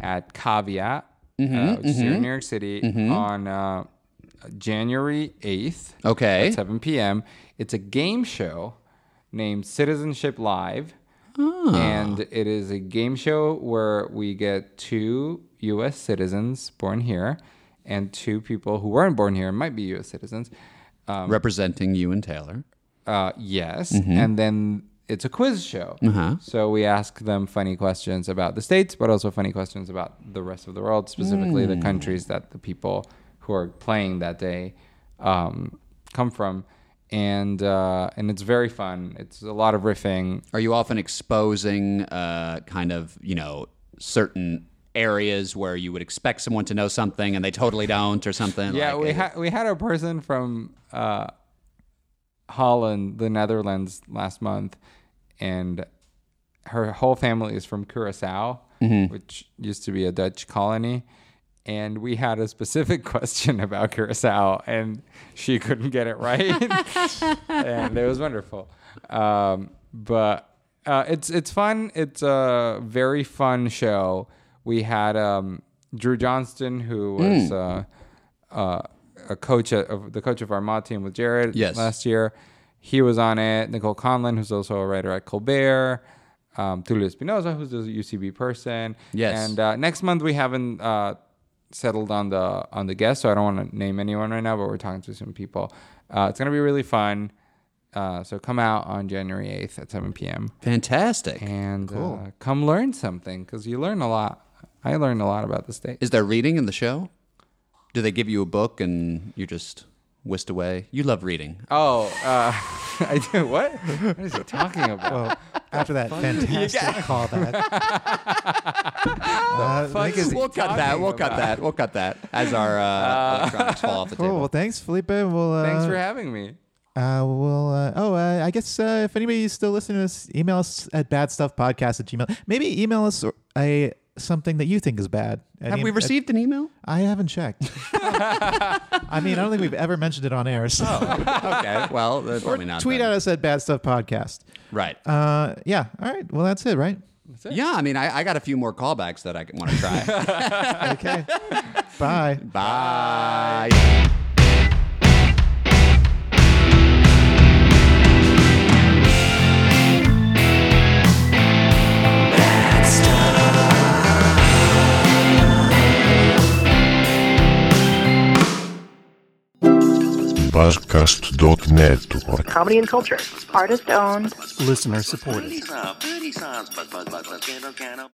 S3: at Caveat,
S1: Mm-hmm,
S3: uh, which is here in New York City, on uh, January eighth.
S1: Okay.
S3: at seven p.m. It's a game show named Citizenship Live,
S1: Ah.
S3: and it is a game show where we get two U.S. citizens born here and two people who weren't born here might be U.S. citizens. Um,
S1: Representing you and Taylor.
S3: uh, yes, and then it's a quiz show. So we ask them funny questions about the states, but also funny questions about the rest of the world, specifically the countries that the people who are playing that day um, come from. And uh, and it's very fun. It's a lot of riffing.
S1: Are you often exposing uh, kind of, you know, certain areas where you would expect someone to know something and they totally don't or something?
S3: Yeah,
S1: like
S3: we
S1: it?
S3: had we had a person from uh, Holland, the Netherlands, last month, and her whole family is from Curacao,
S1: Mm-hmm.
S3: which used to be a Dutch colony. And we had a specific [laughs] question about Curacao, and she couldn't get it right, and it was wonderful. Um, but uh, it's it's fun. It's a very fun show. We had um, Drew Johnston, who was uh, uh, a coach at, of the coach of our mod team with Jared
S1: Yes.
S3: last last year. He was on it. Nicole Conlon, who's also a writer at Colbert. Um, Tulio Espinosa, who's a UCB person.
S1: Yes.
S3: And uh, next month we haven't uh, settled on the on the guest, so I don't want to name anyone right now, but we're talking to some people. Uh, it's gonna be really fun. Uh, so come out on January 8th at 7 p.m.
S1: Fantastic.
S3: and uh, come learn something because you learn a lot. I learned a lot about the state.
S1: Is there reading in the show? Do they give you a book and you're just whisked away? You love reading.
S3: Oh, uh, [laughs] I do. What? What is he talking about?
S2: Well, oh, after
S3: [laughs]
S2: that fantastic callback. Uh, thank
S3: [laughs]
S2: you-
S1: We'll cut that. We'll cut that. We'll cut that as our uh, electronics fall off the
S2: Cool. Well,
S1: table.
S2: thanks, Felipe. We'll, uh,
S3: Thanks for having me.
S2: Uh, well, uh, oh, uh, I guess uh, if anybody's still listening to us, email us at badstuffpodcast at gmail. Maybe email us or- a something that you think is bad. An
S1: Have
S2: em-
S1: we
S2: a-
S1: received an email?
S2: I haven't checked. [laughs] I mean, I don't think we've ever mentioned it on air. So
S1: [laughs]
S2: [laughs]
S1: okay. Well, that's probably Oh, not.
S2: tweet
S1: then.
S2: at us at Bad Stuff Podcast.
S1: Right.
S2: Uh, yeah. All right. Well, that's
S1: [laughs]
S2: it, right?
S1: yeah. I mean, I, I got a few more callbacks that I want to try.
S2: Okay. Bye.
S1: Bye.
S5: Buzzcast.network.
S6: comedy and culture. Artist owned.
S7: Listener supported.
S8: Pretty sound, pretty sounds, but, but, but, but,